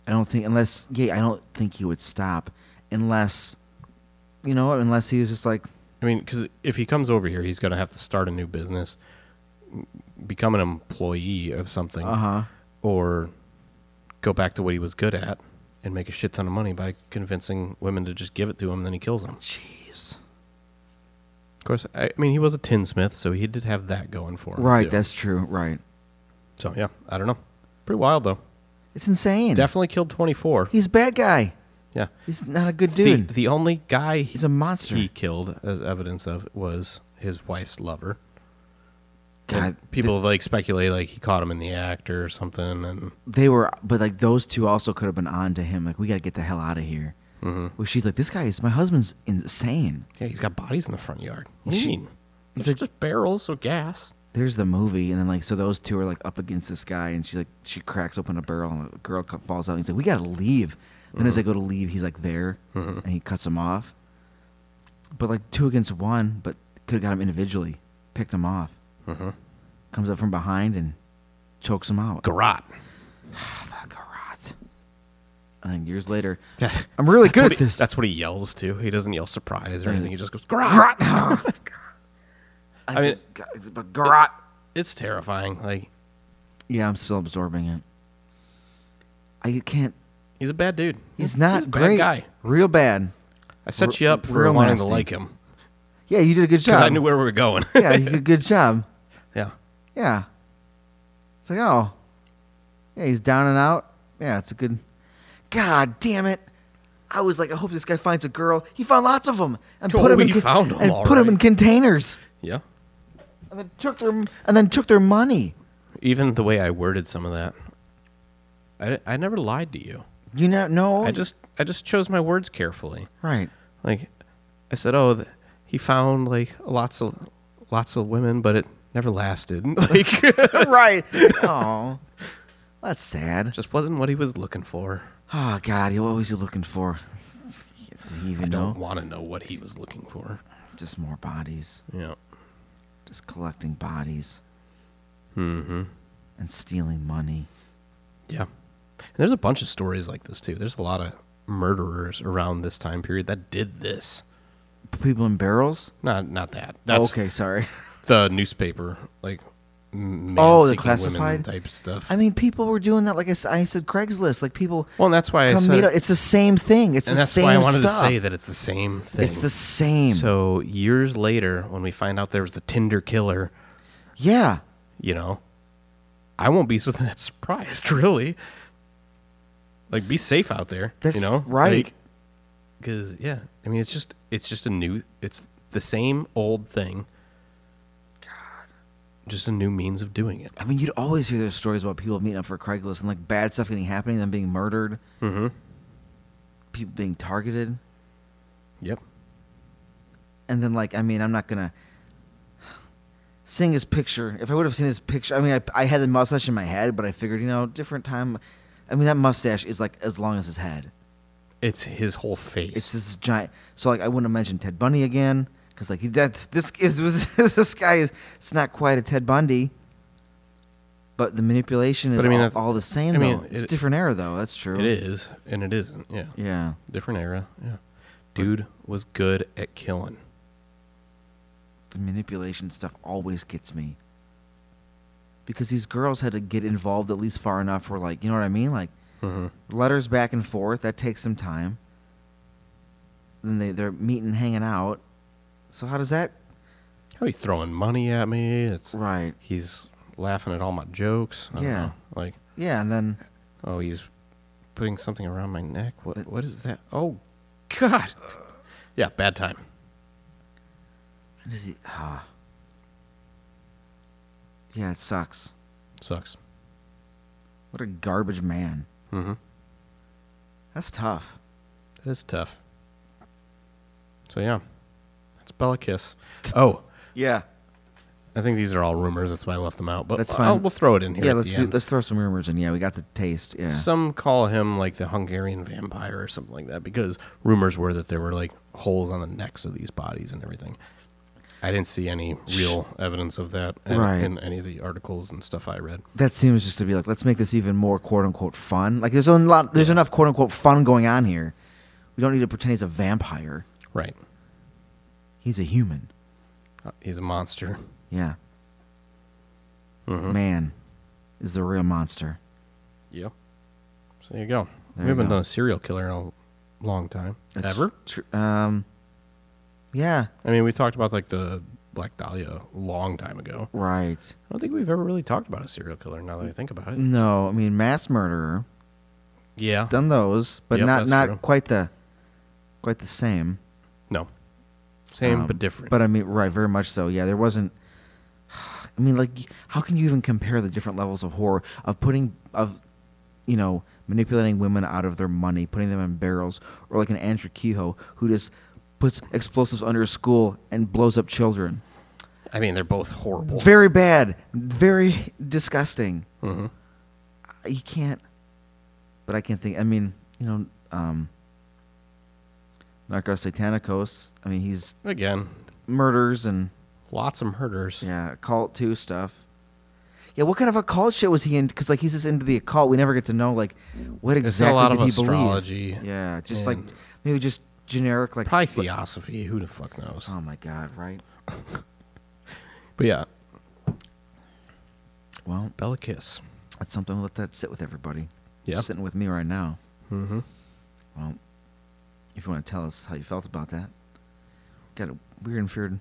A: I don't think unless yeah, I don't think he would stop unless you know, unless he was just like
B: I mean, because if he comes over here, he's going to have to start a new business, m- become an employee of something,
A: Uh-huh.
B: or go back to what he was good at and make a shit ton of money by convincing women to just give it to him, and then he kills them.
A: jeez.
B: Of course, I, I mean, he was a tinsmith, so he did have that going for him.
A: Right,
B: too.
A: that's true. Right.
B: so. Yeah, I don't know. Pretty wild though.
A: It's insane.
B: Definitely killed twenty four.
A: He's a bad guy.
B: Yeah,
A: He's not a good
B: The-
A: dude.
B: The, only guy
A: He's a monster.
B: he killed as evidence of was his wife's lover.
A: God,
B: And people like speculate like he caught him in the act or something, and
A: they were but like those two also could have been on to him like we got to get the hell out of here. mm Well, she's like this guy is my husband's insane.
B: yeah, he's got bodies in the front yard. What do
A: She-
B: you mean?
A: it's
B: It's
A: like-
B: just barrels or gas.
A: There's the movie and then like so those two are like up against this guy and she's like she cracks open a barrel and a girl co- falls out and he's like we got to leave. Then as they go to leave he's like there and he cuts him off. But like two against one, but could have got him individually, picked him off. Comes up from behind and chokes him out.
B: Garrot.
A: Ah, garrot. And then years later, I'm really good at
B: That's what he-
A: this.
B: That's what he yells too. He doesn't yell surprise or anything. He just goes garrot.
A: Garrot. I
B: I
A: mean, but garrot.
B: It's terrifying. Like
A: Yeah, I'm still absorbing it. I can't.
B: he's a bad dude.
A: He's
B: a
A: not
B: bad
A: great.
B: guy.
A: Real bad.
B: I set
A: Re-
B: you up for
A: real
B: wanting
A: nasty.
B: to like him
A: Yeah, you did a good job.
B: because I knew where we were going.
A: yeah, you did a good job.
B: yeah.
A: Yeah. It's like, oh, yeah, he's down and out. Yeah, it's a good. God damn it! I was like, I hope this guy finds a girl. He found lots of them and
B: Oh,
A: put them in
B: he
A: con-
B: found 'em,
A: and
B: all
A: put them in
B: right.
A: containers
B: Yeah.
A: and then took their and then took their money.
B: Even the way I worded some of that, I, I never lied to you.
A: You know, no,
B: I just I just chose my words carefully.
A: right.
B: Like I said, oh, th- he found like lots of lots of women, but it never lasted. Like it
A: right. Oh, that's sad.
B: just wasn't what he was looking for.
A: Oh God, what was he looking for? Did he even
B: I
A: know?
B: don't want to know what he was looking for.
A: Just more bodies.
B: Yeah.
A: Just collecting bodies
B: Mm-hmm.
A: and stealing money.
B: Yeah. And there's a bunch of stories like this too. There's a lot of murderers around this time period that did this.
A: People in barrels.
B: Not not that. That's
A: okay, sorry.
B: the newspaper like. m-
A: Oh, the
B: man-seeking women
A: classified?
B: type stuff.
A: I mean, people were doing that. Like I, s- I said, Craigslist. Like people
B: well, and that's why I
A: come
B: said,
A: meet up. It's the same thing. It's
B: and
A: the
B: that's
A: same
B: why I wanted
A: stuff.
B: to say that it's the same thing.
A: It's the same.
B: So years later, when we find out there was the Tinder killer,
A: yeah.
B: you know, I won't be so that surprised, really. Like, be safe out there.
A: That's
B: you know,
A: right.
B: Because yeah, I mean, it's just it's just a new, it's the same old thing. God, just a new means of doing it.
A: I mean, you'd always hear those stories about people meeting up for Craigslist and like bad stuff getting happening, them being murdered,
B: Mm-hmm.
A: people being targeted.
B: Yep.
A: and then like I mean I'm not gonna seeing his picture, if I would have seen his picture, I mean, I, I had the mustache in my head, but I figured, you know, different time. I mean, that mustache is like as long as his head.
B: It's his whole face.
A: It's this giant. So like, I wouldn't have mentioned Ted Bundy again because like he- that this is was this guy is it's not quite a Ted Bundy. But the manipulation is
B: But I mean,
A: all,
B: that-
A: all the same.
B: I mean,
A: though. it's a
B: it-
A: different era, though. That's true.
B: it is, and it isn't. Yeah.
A: Yeah.
B: Different era. Yeah. Dude was good at killing.
A: the manipulation stuff always gets me. Because these girls had to get involved at least far enough where, like, you know what I mean? Like,
B: Mm-hmm.
A: letters back and forth, that takes some time. Then they, they're meeting, hanging out. So, how does that.
B: How he's throwing money at me. It's
A: Right.
B: he's laughing at all my jokes. I don't
A: Yeah.
B: know. Like,
A: Yeah, and then.
B: oh, he's putting something around my neck. What? What is that? Oh, God. Yeah, bad time.
A: what is he, ah. Yeah, it sucks.
B: Sucks.
A: What a garbage man.
B: Mm-hmm.
A: That's tough.
B: That is tough. So yeah, that's Bella Kiss. Oh,
A: Yeah.
B: I think these are all rumors. That's why I left them out. But
A: That's
B: I'll-
A: fine.
B: we'll throw it in here.
A: yeah,
B: at
A: let's
B: the
A: do,
B: end.
A: let's throw some rumors in. Yeah, we got the taste. Yeah.
B: Some call him like the Hungarian vampire or something like that because rumors were that there were like holes on the necks of these bodies and everything. I didn't see any real evidence of that in,
A: Right.
B: in any of the articles and stuff I read.
A: that seems just to be like let's make this even more quote unquote fun. Like there's a lot, there's enough quote unquote fun going on here. We don't need to pretend he's a vampire.
B: Right.
A: He's a human.
B: Uh, He's a monster.
A: Yeah.
B: Mm-hmm.
A: Man is the real monster.
B: Yeah. So there you go.
A: There
B: we
A: you
B: haven't
A: go.
B: done a serial killer in a long time.
A: That's
B: Ever?
A: tr- um, yeah.
B: I mean, we talked about like the Black Dahlia a long time ago.
A: Right.
B: I don't think we've ever really talked about a serial killer now that I think about it.
A: No, I mean mass murderer.
B: Yeah.
A: Mm. Done those, but
B: Yep,
A: not
B: that's
A: not
B: true.
A: quite the quite the same.
B: No. Same
A: Um,
B: but different.
A: But I mean, right, very much so. Yeah, there wasn't. I mean, like, how can you even compare the different levels of horror of putting of, you know, manipulating women out of their money, putting them in barrels, or like an Andrew Kehoe who just puts explosives under a school and blows up children.
B: I mean, they're both horrible.
A: Very bad, very disgusting.
B: hmm
A: You can't. But I can't think. I mean, you know, um, Narcos Satanicos. I mean, he's
B: Again,
A: murders and
B: lots of murders.
A: Yeah, occult too stuff. Yeah, what kind of occult shit was he in? Because like he's just into the occult. We never get to know like what
B: It's a
A: exactly
B: lot
A: did
B: of
A: he
B: astrology.
A: believe. Yeah, just like
B: and
A: maybe just generic like.
B: probably
A: split-
B: theosophy. Who the fuck knows?
A: Oh my god! Right.
B: But yeah,
A: Well,
B: Bella Kiss.
A: that's something. We'll let that sit with everybody. It's
B: Yeah.
A: Sitting with me right now.
B: Mm-hmm.
A: Well, if you want to tell us how you felt about that, got a weird and feared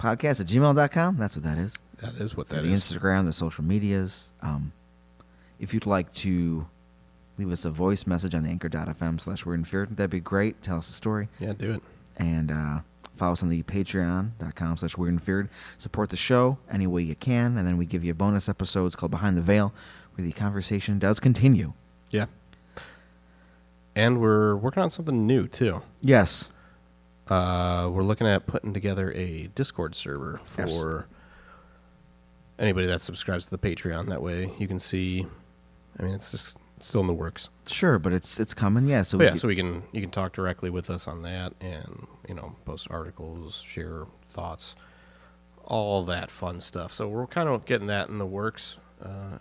A: podcast at gmail.com. That's what that is.
B: That is what
A: That
B: that
A: the
B: is.
A: Instagram, the social medias. Um, if you'd like to leave us a voice message on the anchor.fm slash we're in fear, that'd be great. Tell us a story.
B: Yeah, do it.
A: And uh, follow us on the patreon.com slash we're in fear. Support the show any way you can. And then we give you bonus episodes called Behind the Veil where the conversation does continue.
B: Yeah. And we're working on something new too.
A: Yes.
B: Uh, we're looking at putting together a Discord server for
A: Abs-
B: anybody that subscribes to the Patreon. That way, you can see. I mean, it's just it's still in the works.
A: Sure, but it's it's coming. Yeah. So
B: But Oh, yeah,
A: could-
B: so we can you can talk directly with us on that, and you know, post articles, share thoughts, all that fun stuff. So we're kind of getting that in the works. Uh,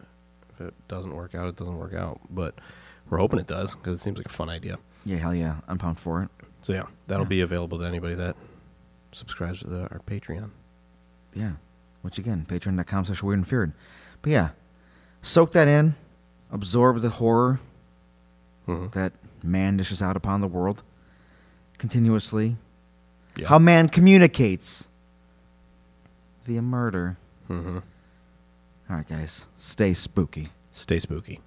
B: if it doesn't work out, it doesn't work out, but we're hoping it does because it seems like a fun idea.
A: yeah, hell yeah. I'm pumped for it.
B: So yeah, that'll
A: Yeah.
B: be available to anybody that subscribes to the, our Patreon.
A: yeah. Which again, patreon.com slash weird and feared. But yeah, soak that in, absorb the horror
B: Mhm.
A: that man dishes out upon the world continuously.
B: Yeah.
A: How man communicates via murder.
B: Mhm.
A: All right, guys, stay spooky.
B: Stay spooky.